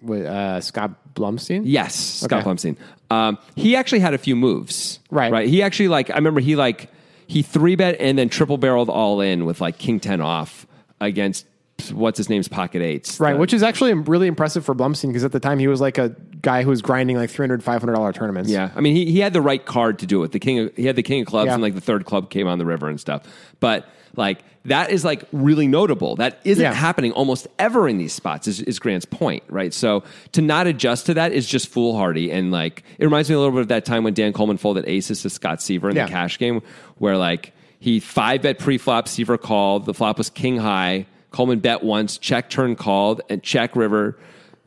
[SPEAKER 2] with, uh, Scott Blumstein.
[SPEAKER 1] yes, Scott
[SPEAKER 2] Okay.
[SPEAKER 1] Plumstein. Um, he actually had a few moves.
[SPEAKER 2] Right.
[SPEAKER 1] Right. He actually like I remember he like he three bet and then triple barreled all in with like king ten off against what's his name's pocket eights.
[SPEAKER 2] Right,
[SPEAKER 1] The-
[SPEAKER 2] which is actually really impressive for Blumstein because at the time he was like a guy who was grinding like $300, $500 tournaments.
[SPEAKER 1] yeah, I mean he, he had the right card to do it. The king of, he had the king of clubs
[SPEAKER 2] Yeah.
[SPEAKER 1] and like the third club came on the river and stuff. But like that is like really notable. That isn't
[SPEAKER 2] Yeah.
[SPEAKER 1] happening almost ever in these spots. Is, is Grant's point right? So to not adjust to that is just foolhardy and like it reminds me a little bit of that time when Dan Coleman folded aces to Scott Seaver in
[SPEAKER 2] Yeah.
[SPEAKER 1] the cash game where like he five bet pre flop Seaver called the flop was king high. Coleman bet once, check turn called and check river.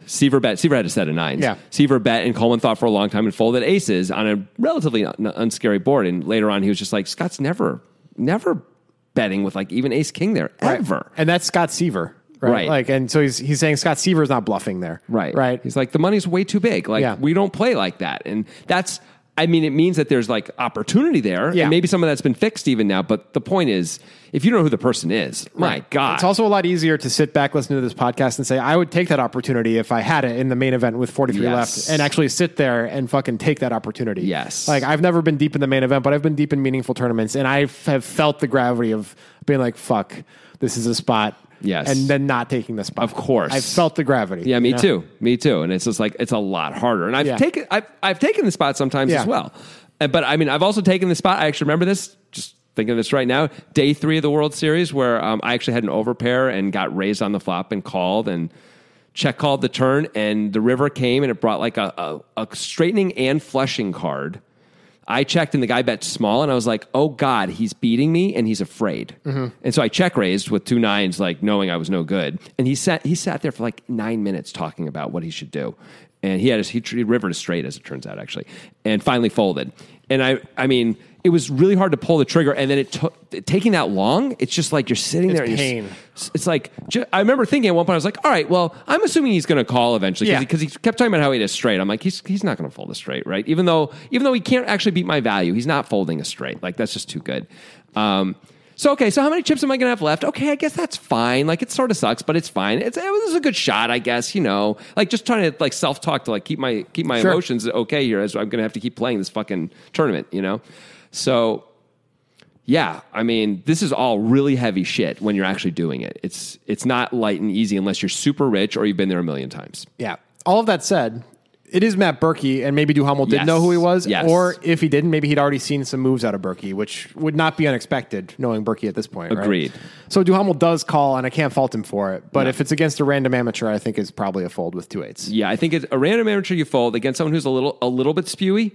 [SPEAKER 1] Seaver bet. Seaver had a set of nines.
[SPEAKER 2] Yeah.
[SPEAKER 1] Seaver bet and Coleman thought for a long time and folded aces on a relatively un- unscary board. And later on, he was just like, Scott's never, never betting with like even ace king there
[SPEAKER 2] Right.
[SPEAKER 1] ever.
[SPEAKER 2] And that's Scott Seaver. Right?
[SPEAKER 1] Right.
[SPEAKER 2] Like, and so he's, he's saying Scott Seaver's not bluffing there. Right.
[SPEAKER 1] He's like, the money's way too big. Like,
[SPEAKER 2] Yeah.
[SPEAKER 1] we don't play like that. And that's, I mean, it means that there's like opportunity there.
[SPEAKER 2] Yeah.
[SPEAKER 1] And maybe some of that's been fixed even now. But the point is, if you don't know who the person is, my God.
[SPEAKER 2] It's also a lot easier to sit back, listen to this podcast, and say, I would take that opportunity if I had it in the main event with 43
[SPEAKER 1] Yes.
[SPEAKER 2] left and actually sit there and fucking take that opportunity.
[SPEAKER 1] Yes.
[SPEAKER 2] Like, I've never been deep in the main event, but I've been deep in meaningful tournaments, and I have felt the gravity of being like, fuck, this is a spot.
[SPEAKER 1] Yes.
[SPEAKER 2] And then not taking the spot.
[SPEAKER 1] Of course.
[SPEAKER 2] I've felt the gravity.
[SPEAKER 1] Yeah, me
[SPEAKER 2] you know?
[SPEAKER 1] too. Me too. And it's just like it's a lot harder. And I've
[SPEAKER 2] Yeah.
[SPEAKER 1] taken I've I've taken the spot sometimes
[SPEAKER 2] Yeah.
[SPEAKER 1] as well. And, but I mean, I've also taken the spot. I actually remember this. Just thinking of this right now. Day three of the World Series, where um, I actually had an overpair and got raised on the flop and called and check called the turn and the river came and it brought like a, a, a straightening and flushing card. I checked and the guy bet small and I was like, oh God, he's beating me and he's afraid. And so I check raised with two nines, like knowing I was no good. And he sat, he sat there for like nine minutes talking about what he should do. And he had his, he, tr- he rivered a straight as it turns out actually, and finally folded. And I, I mean, it was really hard to pull the trigger. And then it took, taking that long, it's just like you're sitting there. and you're s-
[SPEAKER 2] pain.
[SPEAKER 1] s- it's like ju- I remember thinking at one point I was like, "All right, well, I'm assuming he's going to call eventually
[SPEAKER 2] Yeah.
[SPEAKER 1] because he, kept talking about how he does straight." I'm like, "He's he's not going to fold a straight, right? Even though even though he can't actually beat my value, he's not folding a straight. Like that's just too good." Um, so okay, so how many chips am I going to have left? Okay, I guess that's fine. Like it sort of sucks, but it's fine. It's it was a good shot, I guess. You know, like just trying to like self talk to like keep my keep my
[SPEAKER 2] Sure.
[SPEAKER 1] emotions okay here as I'm going to have to keep playing this fucking tournament. You know, so yeah, I mean, this is all really heavy shit when you're actually doing it. It's it's not light and easy unless you're super rich or you've been there a million times.
[SPEAKER 2] Yeah. All of that said, it is Matt Berkey, and maybe Duhamel did
[SPEAKER 1] Yes.
[SPEAKER 2] know who he was,
[SPEAKER 1] Yes.
[SPEAKER 2] or if he didn't, maybe he'd already seen some moves out of Berkey, which would not be unexpected, knowing Berkey at this point. right?
[SPEAKER 1] Agreed.
[SPEAKER 2] So Duhamel does call, and I can't fault him for it. But if it's against a random amateur, I think is probably a fold with two eights.
[SPEAKER 1] Yeah, I think it's a random amateur you fold against someone who's a little a little bit spewy.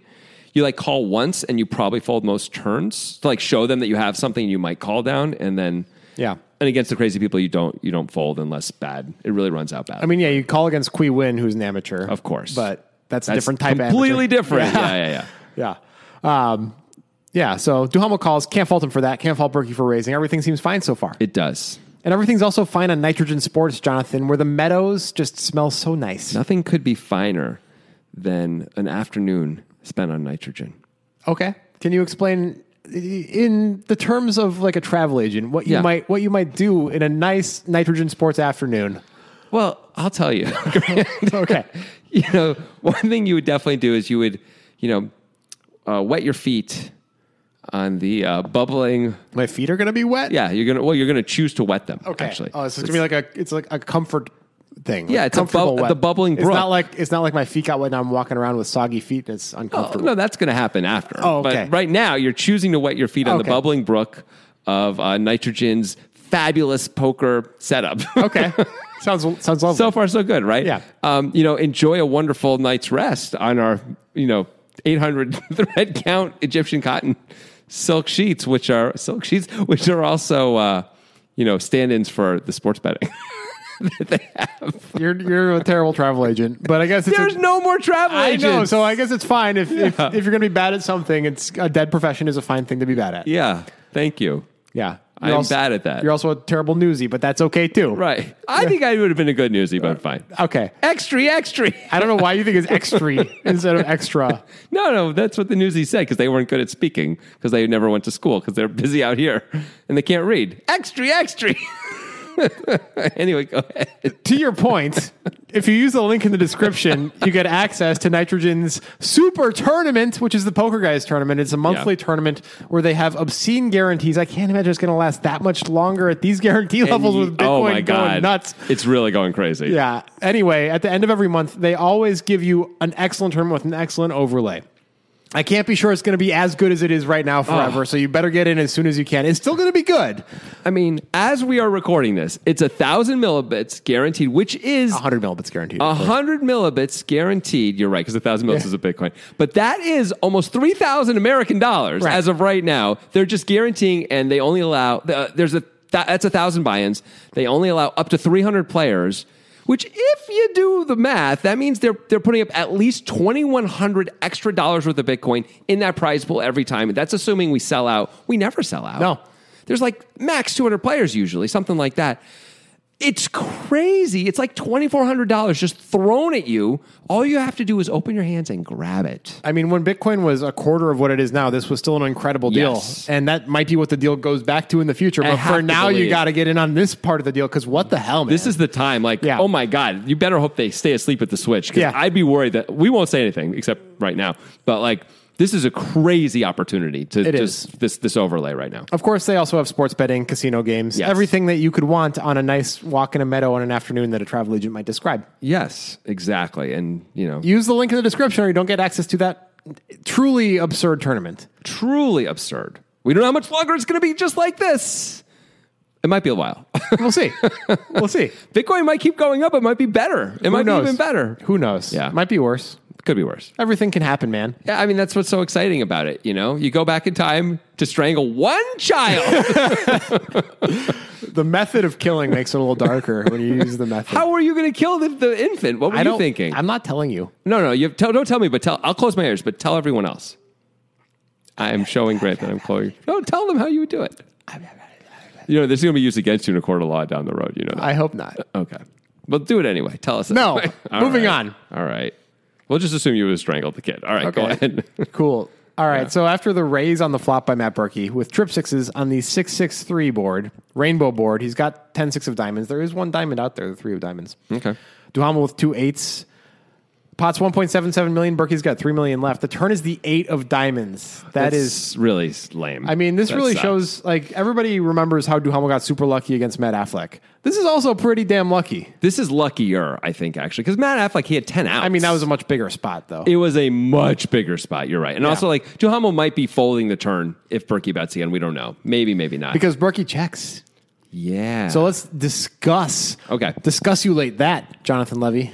[SPEAKER 1] You like call once and you probably fold most turns to like show them that you have something you might call down and then
[SPEAKER 2] Yeah.
[SPEAKER 1] And against the crazy people you don't you don't fold unless bad. It really runs out bad.
[SPEAKER 2] I mean, yeah, you call against Qui Win, who's an amateur,
[SPEAKER 1] Of course.
[SPEAKER 2] but that's, a different type. of amateur.
[SPEAKER 1] Completely different. Yeah, yeah, yeah.
[SPEAKER 2] Yeah. Um, yeah, so Duhamel calls. Can't fault him for that. Can't fault Berkey for raising. Everything seems fine so far.
[SPEAKER 1] It does.
[SPEAKER 2] And everything's also fine on Nitrogen Sports, Jonathan, where the meadows just smell so nice.
[SPEAKER 1] Nothing could be finer than an afternoon spent on nitrogen.
[SPEAKER 2] Okay. Can you explain in the terms of like a travel agent what you
[SPEAKER 1] Yeah.
[SPEAKER 2] might what you might do in a nice Nitrogen Sports *laughs* afternoon?
[SPEAKER 1] Well, I'll tell *laughs* you.
[SPEAKER 2] Okay.
[SPEAKER 1] *laughs* you know, one thing you would definitely do is you would, you know, uh, wet your feet on the uh, bubbling.
[SPEAKER 2] My feet are going to be wet.
[SPEAKER 1] Yeah, you're gonna. Well, you're gonna choose to wet them.
[SPEAKER 2] Okay.
[SPEAKER 1] Actually,
[SPEAKER 2] Oh, so it's, going to be like a it's like a comfort thing.
[SPEAKER 1] Yeah,
[SPEAKER 2] like
[SPEAKER 1] it's a
[SPEAKER 2] comfortable
[SPEAKER 1] bub- the bubbling
[SPEAKER 2] It's
[SPEAKER 1] brook.
[SPEAKER 2] not like it's not like my feet got wet and I'm walking around with soggy feet and it's
[SPEAKER 1] Oh,
[SPEAKER 2] uncomfortable.
[SPEAKER 1] no, that's going to happen after.
[SPEAKER 2] Oh, okay.
[SPEAKER 1] But right now, you're choosing to wet your feet on
[SPEAKER 2] Okay.
[SPEAKER 1] the bubbling brook of uh, nitrogen's fabulous poker setup.
[SPEAKER 2] *laughs* Okay. sounds sounds lovely.
[SPEAKER 1] so far so good, right?
[SPEAKER 2] Yeah.
[SPEAKER 1] Um, you know, enjoy a wonderful night's rest on our, you know, 800 *laughs* thread count Egyptian cotton silk sheets, which are silk sheets, which are also, uh, you know, stand-ins for the sports betting. *laughs*
[SPEAKER 2] you're you're a terrible travel agent, but I guess it's a-
[SPEAKER 1] There's no more travel
[SPEAKER 2] I know,
[SPEAKER 1] agents.
[SPEAKER 2] so I guess it's fine if, if if you're going to be bad at something, it's a dead profession is a fine thing to be bad at.
[SPEAKER 1] yeah. Thank you.
[SPEAKER 2] Yeah.
[SPEAKER 1] I'm bad at that.
[SPEAKER 2] You're also a terrible newsie, but that's okay too.
[SPEAKER 1] Right. I think I would have been a good newsie, but fine.
[SPEAKER 2] Okay.
[SPEAKER 1] Extra, extra.
[SPEAKER 2] I don't know why you think
[SPEAKER 1] *laughs*
[SPEAKER 2] it's extra instead of extra.
[SPEAKER 1] No, no, that's what the newsies said because they weren't good at speaking because they never went to school because they're busy out here and they can't read. Extra, extra. *laughs* anyway, go ahead.
[SPEAKER 2] to your point, if you use the link in the description, you get access to Nitrogen's Super Tournament, which is the Poker Guys tournament. It's a monthly
[SPEAKER 1] Yeah.
[SPEAKER 2] tournament where they have obscene guarantees. I can't imagine it's going to last that much longer at these guarantee levels with Bitcoin
[SPEAKER 1] oh my
[SPEAKER 2] going
[SPEAKER 1] god,
[SPEAKER 2] nuts.
[SPEAKER 1] It's really going crazy.
[SPEAKER 2] Yeah. Anyway, at the end of every month, they always give you an excellent tournament with an excellent overlay. I can't be sure it's going to be as good as it is right now
[SPEAKER 1] Ah.
[SPEAKER 2] forever, so you better get in as soon as you can. It's still going to be good.
[SPEAKER 1] I mean, as we are recording this, it's a thousand millibits guaranteed, which is
[SPEAKER 2] 100 millibits guaranteed.
[SPEAKER 1] a hundred millibits guaranteed. You're right, because a thousand millibits is a Bitcoin, but that is almost three thousand American dollars
[SPEAKER 2] Right.
[SPEAKER 1] as of right now. They're just guaranteeing, and they only allow uh, there's a th- that's a thousand buy-ins. They only allow up to three hundred players. Which, if you do the math, that means they're they're putting up at least twenty one hundred extra dollars worth of Bitcoin in that prize pool every time. That's assuming we sell out. We never sell out.
[SPEAKER 2] No.
[SPEAKER 1] there's like max two hundred players usually, something like that. It's crazy. It's like $2,400 just thrown at you. All you have to do is open your hands and grab it.
[SPEAKER 2] I mean, when Bitcoin was a quarter of what it is now, this was still an incredible deal.
[SPEAKER 1] Yes.
[SPEAKER 2] And that might be what the deal goes back to in the future.
[SPEAKER 1] I
[SPEAKER 2] But
[SPEAKER 1] have
[SPEAKER 2] for
[SPEAKER 1] to
[SPEAKER 2] now, you
[SPEAKER 1] believe.
[SPEAKER 2] got to get in on this part of the deal because what the hell, man?
[SPEAKER 1] This is the time, like,
[SPEAKER 2] Yeah.
[SPEAKER 1] oh my God, you better hope they stay asleep at the switch. 'cause
[SPEAKER 2] Yeah.
[SPEAKER 1] I'd be worried that we won't say anything except right now. But like, this is a crazy opportunity to
[SPEAKER 2] It
[SPEAKER 1] just this this overlay right now.
[SPEAKER 2] Of course, they also have sports betting, casino games,
[SPEAKER 1] Yes.
[SPEAKER 2] everything that you could want on a nice walk in a meadow on an afternoon that a travel agent might describe.
[SPEAKER 1] Yes, exactly. And you know,
[SPEAKER 2] Use the link in the description or you don't get access to that truly absurd tournament.
[SPEAKER 1] truly absurd. We don't know how much longer it's gonna be just like this. It might be a while. *laughs*
[SPEAKER 2] We'll *laughs* see. we'll see.
[SPEAKER 1] Bitcoin might keep going up. It might be better. It might
[SPEAKER 2] knows?
[SPEAKER 1] be even better.
[SPEAKER 2] Who knows?
[SPEAKER 1] Yeah.
[SPEAKER 2] Might be worse.
[SPEAKER 1] Could be worse.
[SPEAKER 2] Everything can happen, man.
[SPEAKER 1] Yeah, I mean that's what's so exciting about it. You know, you go back in time to strangle one *laughs* child.
[SPEAKER 2] The method of killing makes it a little darker when you use the method.
[SPEAKER 1] How were you going to kill the, the infant? What were
[SPEAKER 2] I
[SPEAKER 1] you
[SPEAKER 2] don't,
[SPEAKER 1] thinking?
[SPEAKER 2] I'm not telling you.
[SPEAKER 1] no, no, you tell, don't tell me, but tell. I'll close my ears, but tell everyone else. I am showing Grant that I'm *laughs* closing. No, tell them how you would do it. You know, this is going to be used against you in a court of law down the road. You know that.
[SPEAKER 2] I hope not.
[SPEAKER 1] okay. Well, do it anyway. Tell us.
[SPEAKER 2] No.
[SPEAKER 1] anyway.
[SPEAKER 2] Moving
[SPEAKER 1] right.
[SPEAKER 2] on.
[SPEAKER 1] *laughs* All right. We'll just assume you would have strangled the kid. All right, go ahead.
[SPEAKER 2] cool. All right. So after the raise on the flop by Matt Berkey with trip sixes on the 663 board, rainbow board, he's got 10 six of diamonds. There is one diamond out there, the three of diamonds.
[SPEAKER 1] *laughs* okay.
[SPEAKER 2] Duhamel with two eights. Pot's 1.77 million. Berkey's got 3 million left. The turn is the eight of diamonds. That is.
[SPEAKER 1] It's really lame.
[SPEAKER 2] I mean, this
[SPEAKER 1] That
[SPEAKER 2] really
[SPEAKER 1] sucks.
[SPEAKER 2] shows like everybody remembers how Duhamel got super lucky against Matt Affleck. This is also pretty damn lucky.
[SPEAKER 1] This is luckier, I think, actually, because Matt Affleck he had ten outs.
[SPEAKER 2] I mean, that was a much bigger spot though.
[SPEAKER 1] it was a much bigger spot. You're right, and also like Duhamel might be folding the turn if Berkey bets again. We don't know. Maybe, maybe not.
[SPEAKER 2] because Berkey checks.
[SPEAKER 1] yeah.
[SPEAKER 2] So let's discuss.
[SPEAKER 1] Okay.
[SPEAKER 2] Discussulate that, Jonathan Levy.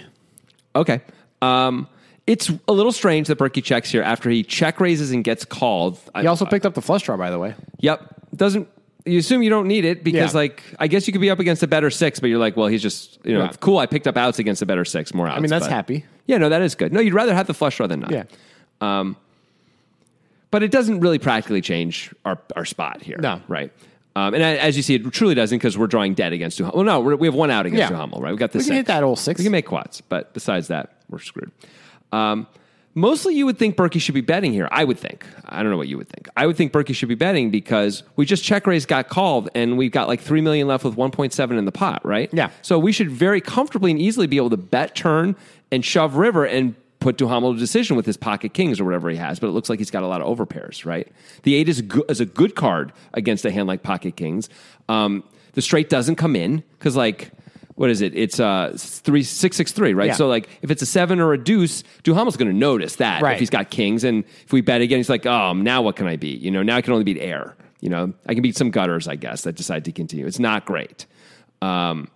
[SPEAKER 1] okay. Um, it's a little strange that Berkey checks here after he check raises and gets called. I-
[SPEAKER 2] He also picked up the flush draw, by the way.
[SPEAKER 1] yep. Doesn't you assume you don't need it because
[SPEAKER 2] Yeah.
[SPEAKER 1] like I guess you could be up against a better six, but you're like, well, he's just you know
[SPEAKER 2] Yeah.
[SPEAKER 1] cool. I picked up outs against a better six, more outs.
[SPEAKER 2] I mean, that's
[SPEAKER 1] but-
[SPEAKER 2] happy.
[SPEAKER 1] Yeah, no, that is good. No, you'd rather have the flush draw than not.
[SPEAKER 2] Yeah.
[SPEAKER 1] but it doesn't really practically change our, our spot here.
[SPEAKER 2] No.
[SPEAKER 1] Right. Um, and a- as you see, it truly doesn't because we're drawing dead against Duhamel. Well, no, we're, we have one out against
[SPEAKER 2] Yeah.
[SPEAKER 1] Duhamel, right? We got this.
[SPEAKER 2] We
[SPEAKER 1] six.
[SPEAKER 2] can hit that old six.
[SPEAKER 1] We can make quads, but besides that, we're screwed. Um, mostly you would think Berkey should be betting here. I would think. I don't know what you would think. I would think Berkey should be betting because we just check raise got called and we've got like 3 million left with 1.7 in the pot, right?
[SPEAKER 2] Yeah.
[SPEAKER 1] So we should very comfortably and easily be able to bet turn and shove river and put Duhamel to decision with his pocket kings or whatever he has. But it looks like he's got a lot of overpairs, right? The eight is, go- is a good card against a hand like pocket kings. Um, the straight doesn't come in because like. What is it? It's uh three six six three, right?
[SPEAKER 2] Yeah.
[SPEAKER 1] So like if it's a seven or a deuce, Duhamel's going to notice that
[SPEAKER 2] Right.
[SPEAKER 1] if he's got kings, and if we bet again, he's like, oh, now what can I beat? You know, now I can only beat air. You know, I can beat some gutters, I guess, that decide to continue. It's not great. Um,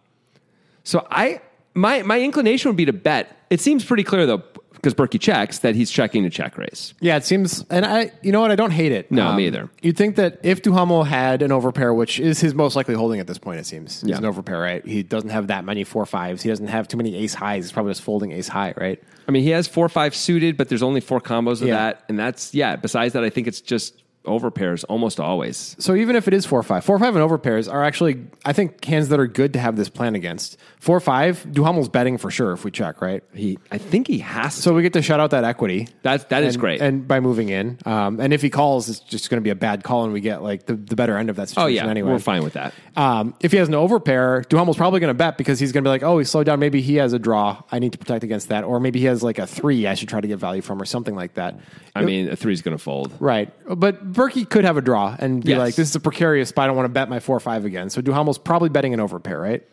[SPEAKER 1] So I my my inclination would be to bet. It seems pretty clear though, because Berkey checks that he's checking to check raise.
[SPEAKER 2] Yeah, it seems, and I, you know what? I don't hate it. Um,
[SPEAKER 1] No, me either.
[SPEAKER 2] You'd think that if Duhamel had an overpair, which is his most likely holding at this point, it seems.
[SPEAKER 1] Yeah.
[SPEAKER 2] He's an overpair, right? He doesn't have that many four fives. He doesn't have too many ace highs. He's probably just folding ace high, right?
[SPEAKER 1] I mean, he has four five suited, but there's only four combos of
[SPEAKER 2] Yeah.
[SPEAKER 1] that, and that's yeah. Besides that, I think it's just over pairs almost always.
[SPEAKER 2] So even if it is four five, four five and over pairs are actually I think hands that are good to have this plan against. Four five, Duhamel's betting for sure if we check right.
[SPEAKER 1] He, I think he has to.
[SPEAKER 2] So we get to shut out that equity.
[SPEAKER 1] That that is
[SPEAKER 2] and,
[SPEAKER 1] great.
[SPEAKER 2] And by moving in, um, and if he calls, it's just going to be a bad call, and we get like the, the better end of that
[SPEAKER 1] oh
[SPEAKER 2] situation.
[SPEAKER 1] yeah,
[SPEAKER 2] anyway,
[SPEAKER 1] we're fine with that.
[SPEAKER 2] Um, if he has an overpair, Duhamel's probably going to bet because he's going to be like, oh, he's slowed down. Maybe he has a draw. I need to protect against that, or maybe he has like a three. I should try to get value from, or something like that.
[SPEAKER 1] I mean, a three's going to fold.
[SPEAKER 2] Right. But Berkey could have a draw and be
[SPEAKER 1] Yes.
[SPEAKER 2] like, this is a precarious spot. I don't want to bet my 4 5 again. So Duhamel's probably betting an overpair, right?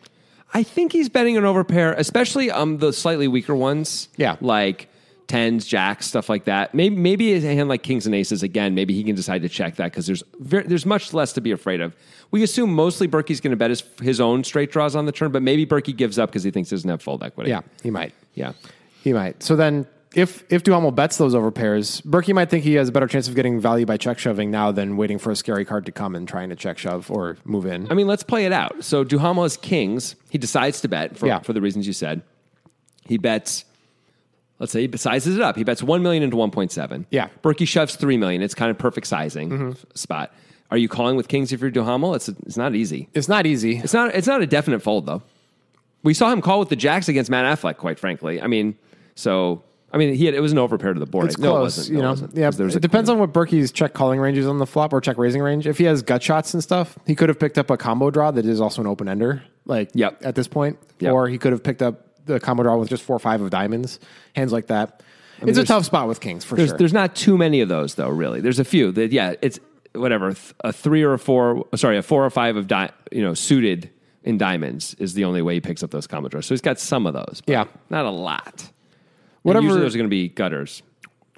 [SPEAKER 1] I think he's betting an overpair, especially um the slightly weaker ones.
[SPEAKER 2] Yeah.
[SPEAKER 1] like tens, jacks, stuff like that. Maybe maybe a hand like kings and aces again. Maybe he can decide to check that because there's ver there's much less to be afraid of. We assume mostly Berkey's going to bet his his own straight draws on the turn, but maybe Berkey gives up because he thinks he doesn't have fold equity.
[SPEAKER 2] Yeah, he might.
[SPEAKER 1] yeah.
[SPEAKER 2] He might. So then if if Duhamel bets those overpairs, Berkey might think he has a better chance of getting value by check shoving now than waiting for a scary card to come and trying to check shove or move in.
[SPEAKER 1] I mean, let's play it out. So Duhamel has kings. He decides to bet for,
[SPEAKER 2] Yeah.
[SPEAKER 1] for the reasons you said. He bets. Let's say he sizes it up. He bets one million into one point seven.
[SPEAKER 2] Yeah. Mm-hmm.
[SPEAKER 1] Berkey shoves three million. It's kind of perfect sizing spot. Are you calling with kings if you're Duhamel? It's it's not easy.
[SPEAKER 2] It's not easy.
[SPEAKER 1] It's not it's not a definite fold though. We saw him call with the jacks against Matt Affleck. Quite frankly, I mean, so I mean, he had, it was an overpair to the board.
[SPEAKER 2] It's
[SPEAKER 1] No,
[SPEAKER 2] close,
[SPEAKER 1] it wasn't.
[SPEAKER 2] you
[SPEAKER 1] No, it
[SPEAKER 2] know.
[SPEAKER 1] wasn't. 'Cause
[SPEAKER 2] Yeah,
[SPEAKER 1] there was
[SPEAKER 2] it
[SPEAKER 1] a
[SPEAKER 2] depends on what Berkey's check calling range is on the flop or check raising range. If he has gut shots and stuff, he could have picked up a combo draw that is also an open ender. Like
[SPEAKER 1] Yep.
[SPEAKER 2] at this point,
[SPEAKER 1] Yep.
[SPEAKER 2] or he could have picked up the combo draw with just four or five of diamonds, hands like that. it's a
[SPEAKER 1] there's-
[SPEAKER 2] tough spot with kings for
[SPEAKER 1] There's,
[SPEAKER 2] sure.
[SPEAKER 1] there's not too many of those though, really. There's a few that yeah, it's whatever th- a three or a four, sorry, a four or five of di- you know suited in diamonds is the only way he picks up those combo draws. So he's got some of those, but
[SPEAKER 2] Yeah.
[SPEAKER 1] not a lot. And
[SPEAKER 2] Whatever-
[SPEAKER 1] usually those are going to be gutters.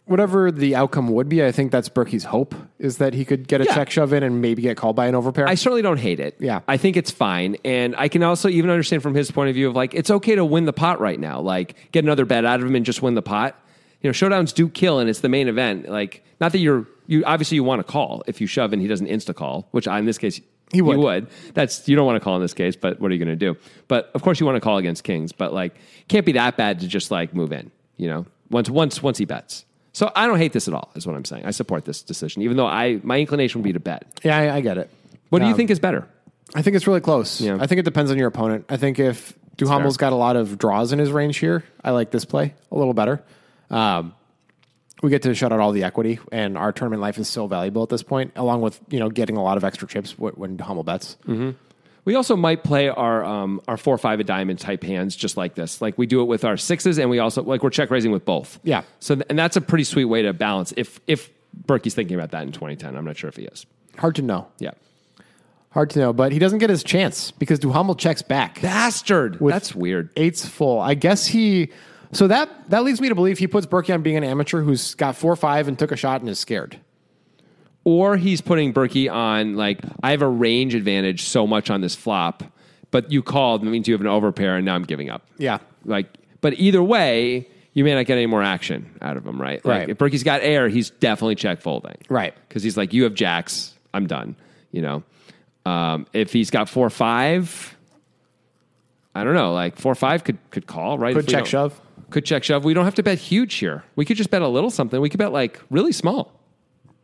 [SPEAKER 2] Whatever the outcome would be, I think that's Berkey's hope is that he could get a
[SPEAKER 1] Yeah.
[SPEAKER 2] check shove in and maybe get called by an overpair.
[SPEAKER 1] I certainly don't hate it.
[SPEAKER 2] Yeah.
[SPEAKER 1] I think it's fine. And I can also even understand from his point of view of like, it's okay to win the pot right now. Like, get another bet out of him and just win the pot. You know, showdowns do kill and it's the main event. Like, not that you're, you obviously you want to call if you shove and he doesn't insta call, which I, in this case,
[SPEAKER 2] He would.
[SPEAKER 1] You would. That's, you don't want to call in this case, but what are you going to do? But of course you want to call against Kings, but like, can't be that bad to just like move in, you know, once, once, once he bets. So I don't hate this at all, is what I'm saying. I support this decision, even though I, my inclination would be to bet.
[SPEAKER 2] yeah, I, I get it.
[SPEAKER 1] What do you
[SPEAKER 2] Um,
[SPEAKER 1] think is better?
[SPEAKER 2] I think it's really close.
[SPEAKER 1] Yeah.
[SPEAKER 2] I think it depends on your opponent. I think if Duhamel's got a lot of draws in his range here, I like this play a little better. Um, we get to shut out all the equity, and our tournament life is so valuable at this point, along with you know getting a lot of extra chips wh- when Duhamel bets.
[SPEAKER 1] We also might play our um, our four five of diamond type hands just like this. Like we do it with our sixes, and we also like we're check raising with both.
[SPEAKER 2] Yeah.
[SPEAKER 1] So th- and that's a pretty sweet way to balance. If if Berkey's thinking about that in 2010, I'm not sure if he is.
[SPEAKER 2] Hard to know.
[SPEAKER 1] Yeah.
[SPEAKER 2] Hard to know, but he doesn't get his chance because Duhamel checks back.
[SPEAKER 1] Bastard. that's weird.
[SPEAKER 2] Eight's full. I guess he. So that that leads me to believe he puts Berkey on being an amateur who's got four five and took a shot and is scared.
[SPEAKER 1] Or he's putting Berkey on like I have a range advantage so much on this flop, but you called means you have an overpair, and now I'm giving up.
[SPEAKER 2] Yeah.
[SPEAKER 1] Like, but either way, you may not get any more action out of him, right? Like,
[SPEAKER 2] Right.
[SPEAKER 1] if Berkey's got air, he's definitely check folding,
[SPEAKER 2] Right.
[SPEAKER 1] Because he's like, you have jacks, I'm done. You know, um, if he's got four five, I don't know, like four five could could call, right?
[SPEAKER 2] Could
[SPEAKER 1] If we
[SPEAKER 2] check
[SPEAKER 1] don't-
[SPEAKER 2] shove.
[SPEAKER 1] Could check shove. We don't have to bet huge here. We could just bet a little something. We could bet like really small,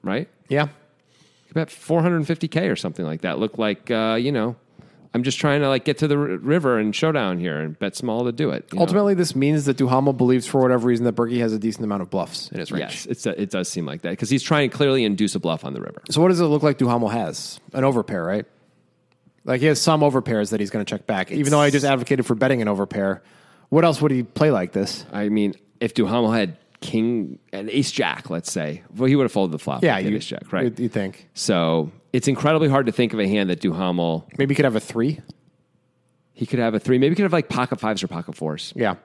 [SPEAKER 1] right?
[SPEAKER 2] Yeah.
[SPEAKER 1] We could bet 450k or something like that. Look like uh, you know. I'm just trying to like get to the r- river and showdown here and bet small to do it. you know?
[SPEAKER 2] Ultimately, this means that Duhamel believes, for whatever reason, that Berkey has a decent amount of bluffs in his range.
[SPEAKER 1] Yes, it's it does seem like that because he's trying to clearly induce a bluff on the river.
[SPEAKER 2] So, what does it look like Duhamel has? An overpair, right? Like he has some overpairs that he's going to check back. Even though I just advocated for betting an overpair, what else would he play like this?
[SPEAKER 1] I mean, if Duhamel had king and ace jack, let's say, well, he would have folded the flop.
[SPEAKER 2] Yeah,
[SPEAKER 1] with
[SPEAKER 2] you
[SPEAKER 1] ace jack, right?
[SPEAKER 2] You think
[SPEAKER 1] so it's incredibly hard to think of a hand that Duhamel
[SPEAKER 2] maybe he could have a three?
[SPEAKER 1] he could have a three, maybe he could have like pocket fives or pocket fours,
[SPEAKER 2] Yeah,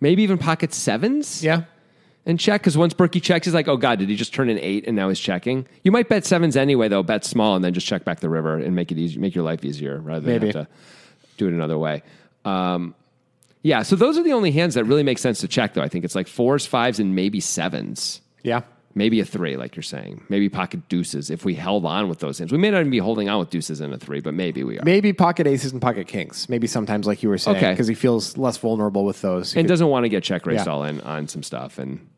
[SPEAKER 1] maybe even pocket sevens.
[SPEAKER 2] yeah,
[SPEAKER 1] and check because once Berkey checks, he's like, oh god, did he just turn an eight and now he's checking? You might bet sevens anyway, though. Bet small and then just check back the river and make it easy, make your life easier rather than
[SPEAKER 2] Maybe.
[SPEAKER 1] have to do it another way. Um, yeah, so those are the only hands that really make sense to check, though. I think it's like fours, fives, and maybe sevens,
[SPEAKER 2] yeah.
[SPEAKER 1] maybe a three, like you're saying, maybe pocket deuces. If we held on with those hands, we may not even be holding on with deuces and a three, but maybe we are.
[SPEAKER 2] Maybe pocket aces and pocket kings. Maybe sometimes, like you were saying,
[SPEAKER 1] Okay.
[SPEAKER 2] because he feels less vulnerable with those. He
[SPEAKER 1] and
[SPEAKER 2] could-
[SPEAKER 1] doesn't want to get check raised
[SPEAKER 2] Yeah.
[SPEAKER 1] all in on some stuff and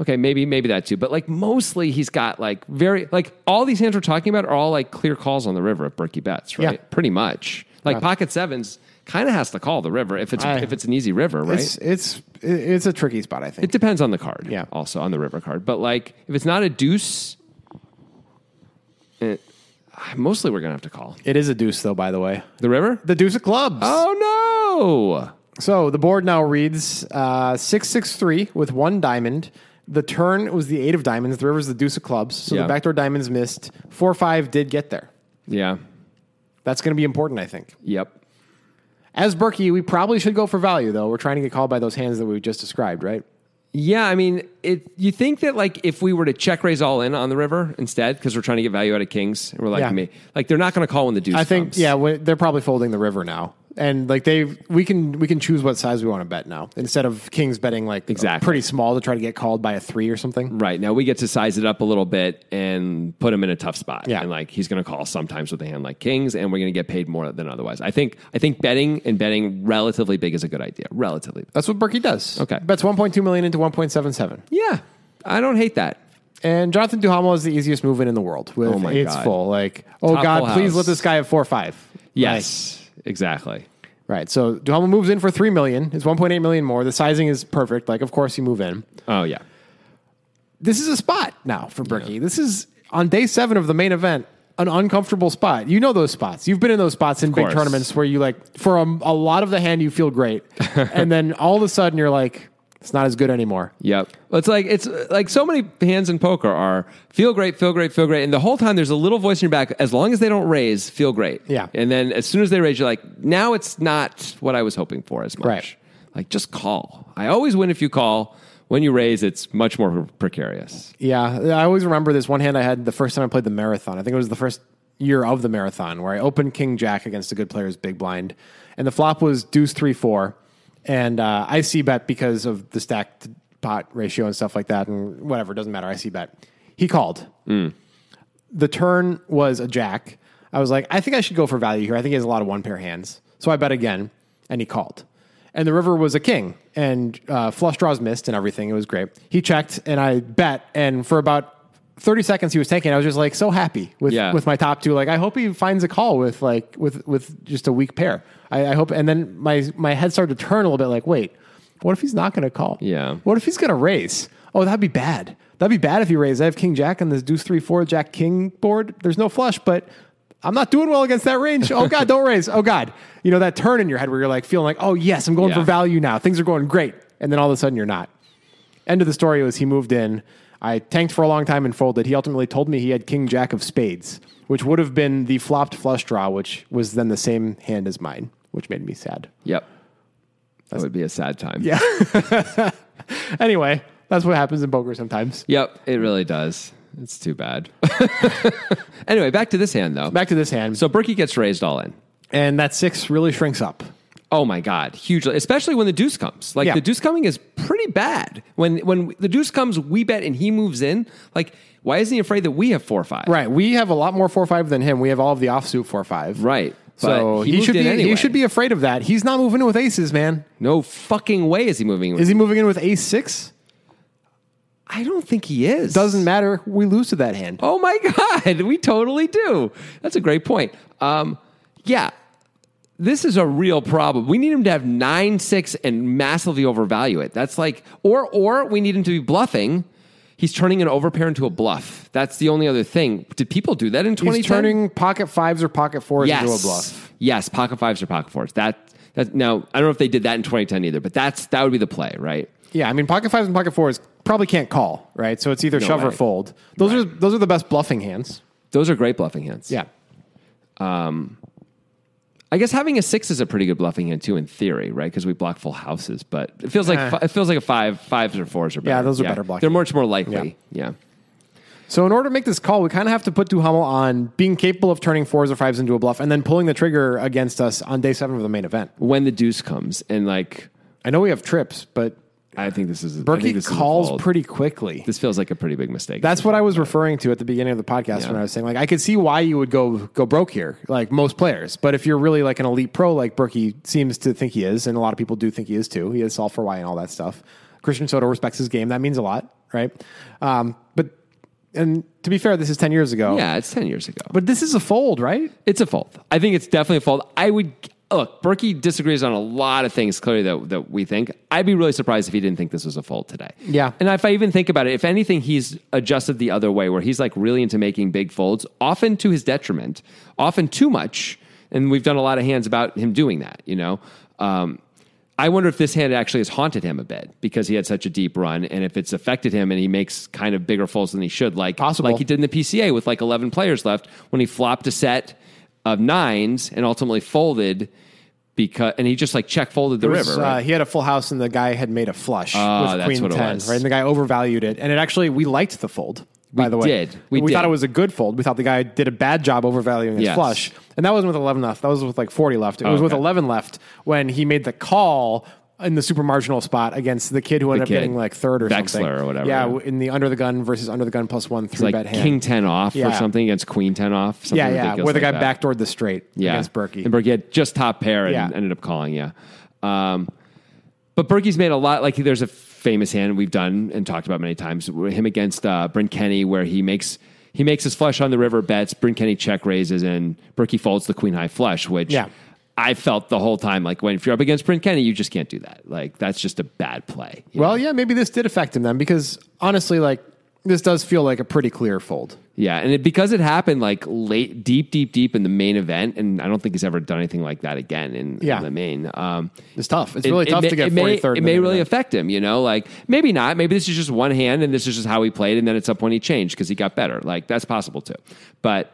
[SPEAKER 1] Okay, maybe maybe that too, but like mostly he's got like very like all these hands we're talking about are all like clear calls on the river at Berkey Betts, right?
[SPEAKER 2] Yeah.
[SPEAKER 1] Pretty much. Like pocket sevens kind of has to call the river if it's
[SPEAKER 2] I-
[SPEAKER 1] if it's an easy river, right?
[SPEAKER 2] It's it's it's a tricky spot, I think.
[SPEAKER 1] It depends on the card.
[SPEAKER 2] Yeah.
[SPEAKER 1] Also on the river card. But like if it's not a deuce, eh, mostly we're going to have to call.
[SPEAKER 2] It is a deuce, though. By the way,
[SPEAKER 1] The river?
[SPEAKER 2] the deuce of clubs.
[SPEAKER 1] Oh
[SPEAKER 2] So the board now reads uh, six six three with one diamond. The turn was the eight of diamonds. The river's the deuce of clubs. So
[SPEAKER 1] Yeah.
[SPEAKER 2] the backdoor diamonds missed. Four five did get there.
[SPEAKER 1] no. Yeah.
[SPEAKER 2] That's going to be important, I think.
[SPEAKER 1] Yep.
[SPEAKER 2] As Berkey, we probably should go for value though. We're trying to get called by those hands that we just described, right?
[SPEAKER 1] Yeah, I mean, it. You think that like if we were to check raise all in on the river instead, because we're trying to get value out of kings, and we're like
[SPEAKER 2] Yeah.
[SPEAKER 1] me, like they're not going to call when the deuce.
[SPEAKER 2] I think
[SPEAKER 1] comes.
[SPEAKER 2] yeah, we- they're probably folding the river now, and like they we can we can choose what size we want to bet now instead of kings betting like
[SPEAKER 1] Exactly. Mm.
[SPEAKER 2] pretty small to try to get called by a three or something.
[SPEAKER 1] Right now, we get to size it up a little bit and put him in a tough spot.
[SPEAKER 2] Yeah.
[SPEAKER 1] and like he's going to call sometimes with a hand like kings, and we're going to get paid more than otherwise. I think. I think betting and betting relatively big is a good idea. Relatively.
[SPEAKER 2] That's what Berkey does.
[SPEAKER 1] Okay.
[SPEAKER 2] bets one point two million into one point seven seven,
[SPEAKER 1] Yeah, I don't hate that.
[SPEAKER 2] and Jonathan Duhamel is the easiest move in in the world with
[SPEAKER 1] Oh my
[SPEAKER 2] eights
[SPEAKER 1] God.
[SPEAKER 2] full. Like oh
[SPEAKER 1] Top full
[SPEAKER 2] god, please
[SPEAKER 1] house.
[SPEAKER 2] let this guy have four five.
[SPEAKER 1] Yes, exactly.
[SPEAKER 2] Right. right. So Duhamel moves in for three million. It's one point eight million more. The sizing is perfect. Like of course you move in.
[SPEAKER 1] Oh yeah.
[SPEAKER 2] this is a spot now for Berkey. This is on day seven of the main event, an uncomfortable spot. You know those spots. You've been in those spots in big
[SPEAKER 1] course.
[SPEAKER 2] tournaments where you like for a, a lot of the hand you feel
[SPEAKER 1] *laughs*
[SPEAKER 2] great, and then all of a sudden you're like, it's not as good anymore.
[SPEAKER 1] Yep. Well, It's like it's uh, like so many hands in poker are feel great, feel great, feel great, and the whole time there's a little voice in your back. As long as they don't raise, feel great.
[SPEAKER 2] Yeah.
[SPEAKER 1] And then as soon as they raise, you're like, now it's not what I was hoping for as much.
[SPEAKER 2] Right.
[SPEAKER 1] Like just call. I always win if you call. When you raise, it's much more pre- precarious.
[SPEAKER 2] Yeah, I always remember this one hand I had the first time I played the marathon. I think it was the first year of the marathon where I opened King Jack against a good player's big blind, and the flop was Deuce three four, and uh, I see bet because of the stack to pot ratio and stuff like that, and whatever doesn't matter. I see bet. He called. The turn was a Jack. I was like, I think I should go for value here. I think he has a lot of one pair hands, so I bet again, and he called. And the river was a king, and uh, flush draws missed and everything. It was great. He checked, and I bet. And for about thirty seconds, he was taking. I was just like so happy with
[SPEAKER 1] Yeah.
[SPEAKER 2] with my top two. Like I hope he finds a call with like with with just a weak pair. I, I hope. And then my my head started to turn a little bit. Like wait, what if he's not going to call?
[SPEAKER 1] Yeah.
[SPEAKER 2] What if he's going to raise? Oh, that'd be bad. That'd be bad if he raised. I have King Jack on this Deuce three four Jack King board. There's no flush, but I'm not doing well against that range. Oh God, don't raise. Oh God, you know that turn in your head where you're like feeling like, oh yes, I'm going
[SPEAKER 1] Yeah.
[SPEAKER 2] for value now. Things are going great, and then all of a sudden you're not. End of the story was he moved in. I tanked for a long time and folded. He ultimately told me he had King Jack of Spades, which would have been the flopped flush draw, which was then the same hand as mine, which made me sad.
[SPEAKER 1] Yep. That would be a sad time.
[SPEAKER 2] Yeah. Anyway, that's what happens in poker sometimes.
[SPEAKER 1] Yep. It really does. It's too bad. *laughs* anyway, back to this hand though.
[SPEAKER 2] Back to this hand.
[SPEAKER 1] So Berkey gets raised all in.
[SPEAKER 2] and that six really shrinks up.
[SPEAKER 1] Oh my God, hugely, especially when the deuce comes. Like
[SPEAKER 2] Yeah.
[SPEAKER 1] the deuce coming is pretty bad. When when the deuce comes, we bet and he moves in. Like, why isn't he afraid that we have four five?
[SPEAKER 2] Right. We have a lot more four five than him. We have all of the offsuit four five.
[SPEAKER 1] right.
[SPEAKER 2] So
[SPEAKER 1] But
[SPEAKER 2] he,
[SPEAKER 1] moved
[SPEAKER 2] should
[SPEAKER 1] in
[SPEAKER 2] be
[SPEAKER 1] anyway.
[SPEAKER 2] he should be afraid of that. He's not moving in with aces, man.
[SPEAKER 1] No fucking way is he moving.
[SPEAKER 2] Is he moving in with ace six?
[SPEAKER 1] I don't think he is.
[SPEAKER 2] Doesn't matter. We lose to that hand.
[SPEAKER 1] Oh my *laughs* God, we totally do. That's a great point. Um, yeah, this is a real problem. We need him to have nine six and massively overvalue it. That's like, or or we need him to be bluffing. He's turning an overpair into a bluff. That's the only other thing. Did people do that in twenty?
[SPEAKER 2] He's turning pocket fives or pocket fours
[SPEAKER 1] yes.
[SPEAKER 2] into a bluff.
[SPEAKER 1] Yes, pocket fives or pocket fours. That that now I don't know if they did that in twenty ten either, but that's that would be the play, right?
[SPEAKER 2] Yeah, I mean pocket fives and pocket fours probably can't call, right? So it's either shove or
[SPEAKER 1] way.
[SPEAKER 2] fold. Those are those are the best bluffing hands.
[SPEAKER 1] Those are great bluffing hands.
[SPEAKER 2] Yeah.
[SPEAKER 1] I guess having a six is a pretty good bluffing hand too, in theory, right? Because we block full houses, but it feels like
[SPEAKER 2] Eh.
[SPEAKER 1] fi- it feels like a five, fives or fours are better.
[SPEAKER 2] Yeah, those are better blocking.
[SPEAKER 1] They're much more likely. Yeah.
[SPEAKER 2] So in order to make this call, we kind of have to put Duhamel on being capable of turning fours or fives into a bluff and then pulling the trigger against us on day seven of the main event.
[SPEAKER 1] when the deuce comes, and like
[SPEAKER 2] I know we have trips, but
[SPEAKER 1] I think this is I think
[SPEAKER 2] Berkey
[SPEAKER 1] this is a
[SPEAKER 2] calls
[SPEAKER 1] fold.
[SPEAKER 2] pretty quickly.
[SPEAKER 1] This feels like a pretty big mistake.
[SPEAKER 2] That's what I was referring to at the beginning of the podcast
[SPEAKER 1] Yeah.
[SPEAKER 2] when I was saying like I could see why you would go go broke here, like most players. But if you're really like an elite pro, like Berkey seems to think he is, and a lot of people do think he is too. He has solved for why and all that stuff. Christian Soto respects his game. That means a lot, right? Um, but and to be fair, this is ten years ago.
[SPEAKER 1] Yeah, it's 10 years ago.
[SPEAKER 2] But this is a fold, right?
[SPEAKER 1] It's a fault. I think it's definitely a fault. I would look. Berkey disagrees on a lot of things clearly that that we think. I'd be really surprised if he didn't think this was a fault today.
[SPEAKER 2] Yeah.
[SPEAKER 1] And if I even think about it, if anything, he's adjusted the other way, where he's like really into making big folds, often to his detriment, often too much. And we've done a lot of hands about him doing that. You know. Um, I wonder if this hand actually has haunted him a bit because he had such a deep run, and if it's affected him, and he makes kind of bigger folds than he should, like
[SPEAKER 2] Possible.
[SPEAKER 1] like he did in the PCA with like eleven players left when he flopped a set of nines and ultimately folded because and he just like check folded the
[SPEAKER 2] It was,
[SPEAKER 1] river.
[SPEAKER 2] uh,
[SPEAKER 1] right? Ah,
[SPEAKER 2] he had a full house, and the guy had made a flush with
[SPEAKER 1] that's
[SPEAKER 2] queen
[SPEAKER 1] what it
[SPEAKER 2] ten,
[SPEAKER 1] was.
[SPEAKER 2] right? And the guy overvalued it, and it actually we liked the fold. By
[SPEAKER 1] We
[SPEAKER 2] the way,
[SPEAKER 1] did. We
[SPEAKER 2] thought
[SPEAKER 1] did.
[SPEAKER 2] it was a good fold. We thought the guy did a bad job overvaluing his
[SPEAKER 1] Yes. Oh,
[SPEAKER 2] flush, and that wasn't with eleven left. That was with like forty left. It was with
[SPEAKER 1] okay.
[SPEAKER 2] eleven left when he made the call in the super marginal spot against the kid who ended
[SPEAKER 1] kid.
[SPEAKER 2] up getting like third or something,
[SPEAKER 1] Vexler or whatever.
[SPEAKER 2] Yeah, w- in the under the gun versus under the gun plus one three
[SPEAKER 1] like
[SPEAKER 2] bet hand.
[SPEAKER 1] king ten off
[SPEAKER 2] Yeah.
[SPEAKER 1] or something against queen ten off. Something
[SPEAKER 2] yeah, yeah,
[SPEAKER 1] ridiculous
[SPEAKER 2] where the guy
[SPEAKER 1] like that.
[SPEAKER 2] backdoored the straight against Berkey.
[SPEAKER 1] And Berkey had just top pair and
[SPEAKER 2] Yeah.
[SPEAKER 1] ended up calling, yeah. Um, but Berkey's made a lot, like there's a famous hand we've done and talked about many times, him against uh, Bryn Kenny, where he makes he makes his flush on the river bets, Bryn Kenny check raises, and Berkey folds the queen high flush, which
[SPEAKER 2] Yeah.
[SPEAKER 1] I felt the whole time, like when if you're up against Bryn Kenny, you just can't do that. Like that's just a bad play.
[SPEAKER 2] Well, yeah, maybe this did affect him then because honestly, like this does feel like a pretty clear fold.
[SPEAKER 1] Yeah, and it, because it happened like late, deep, deep, deep in the main event, and I don't think he's ever done anything like that again in,
[SPEAKER 2] Yeah.
[SPEAKER 1] in the main. Um,
[SPEAKER 2] It's tough. It's really tough
[SPEAKER 1] may-
[SPEAKER 2] to get
[SPEAKER 1] it may,
[SPEAKER 2] 43rd.
[SPEAKER 1] It may really affect him, you know. Like maybe not. Maybe this is just one hand, and this is just how he played, and then at some point he changed because he got better. Like that's possible too. But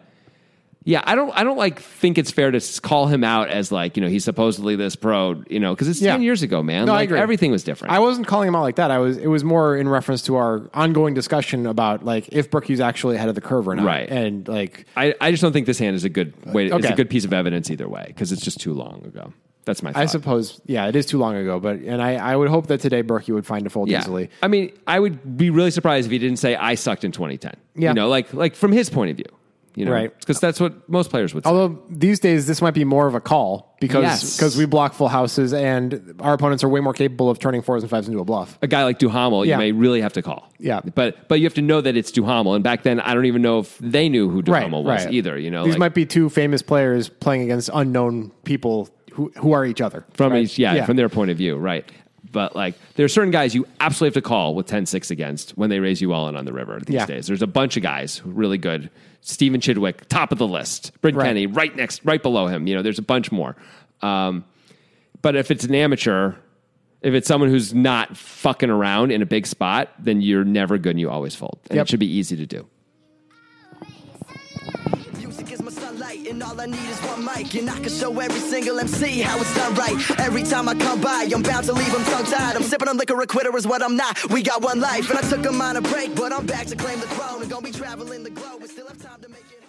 [SPEAKER 1] yeah, I don't. I don't like think it's fair to s- call him out as like you know he's supposedly this pro, you know, because it's
[SPEAKER 2] Yeah.
[SPEAKER 1] ten years ago, man.
[SPEAKER 2] No, I
[SPEAKER 1] like
[SPEAKER 2] agree.
[SPEAKER 1] everything was different.
[SPEAKER 2] I wasn't calling him out like that. I was. It was more in reference to our ongoing discussion about like if Berkey's actually ahead of the curve or not.
[SPEAKER 1] Right.
[SPEAKER 2] And like,
[SPEAKER 1] I, I just don't think this hand is a good way. It's
[SPEAKER 2] Okay.
[SPEAKER 1] a good piece of evidence either way because it's just too long ago. That's my. Thought.
[SPEAKER 2] I suppose, yeah, it is too long ago. But and I, I would hope that today Berkey would find a fold easily.
[SPEAKER 1] I mean, I would be really surprised if he didn't say I sucked in 2010.
[SPEAKER 2] Yeah.
[SPEAKER 1] You know, like like from his point of view. You know,
[SPEAKER 2] Right.
[SPEAKER 1] Because that's what most players would say.
[SPEAKER 2] Although these days this might be more of a call because
[SPEAKER 1] Yes.
[SPEAKER 2] because we block full houses and our opponents are way more capable of turning fours and fives into a bluff.
[SPEAKER 1] a guy like Duhamel,
[SPEAKER 2] Yeah.
[SPEAKER 1] you may really have to call.
[SPEAKER 2] Yeah.
[SPEAKER 1] But but you have to know that it's Duhamel. And back then I don't even know if they knew who Duhamel was either, you know.
[SPEAKER 2] these
[SPEAKER 1] like,
[SPEAKER 2] might be two famous players playing against unknown people who who are each other.
[SPEAKER 1] from
[SPEAKER 2] right?
[SPEAKER 1] each yeah, from their point of view, right. But like there are certain guys you absolutely have to call with 10-6 against when they raise you all in on the river these
[SPEAKER 2] Yeah.
[SPEAKER 1] days. There's a bunch of guys who are really good. Stephen Chidwick, top of the list. Brent
[SPEAKER 2] Right.
[SPEAKER 1] Kenny, right next, right below him. You know, there's a bunch more. Um, but if it's an amateur, if it's someone who's not fucking around in a big spot, then you're never good and you always fold. And
[SPEAKER 2] Yep.
[SPEAKER 1] it should be easy to do.
[SPEAKER 3] Music is my sunlight, and all I need is one mic. And I can show every single MC how it's done right. Every time I come by, I'm bound to leave them tongue tied. I'm sipping on liquor, a quitter is what I'm not. We got one life, and I took a minor break, but I'm back to claim the throne. And gonna be traveling the globe, and still have time to make it.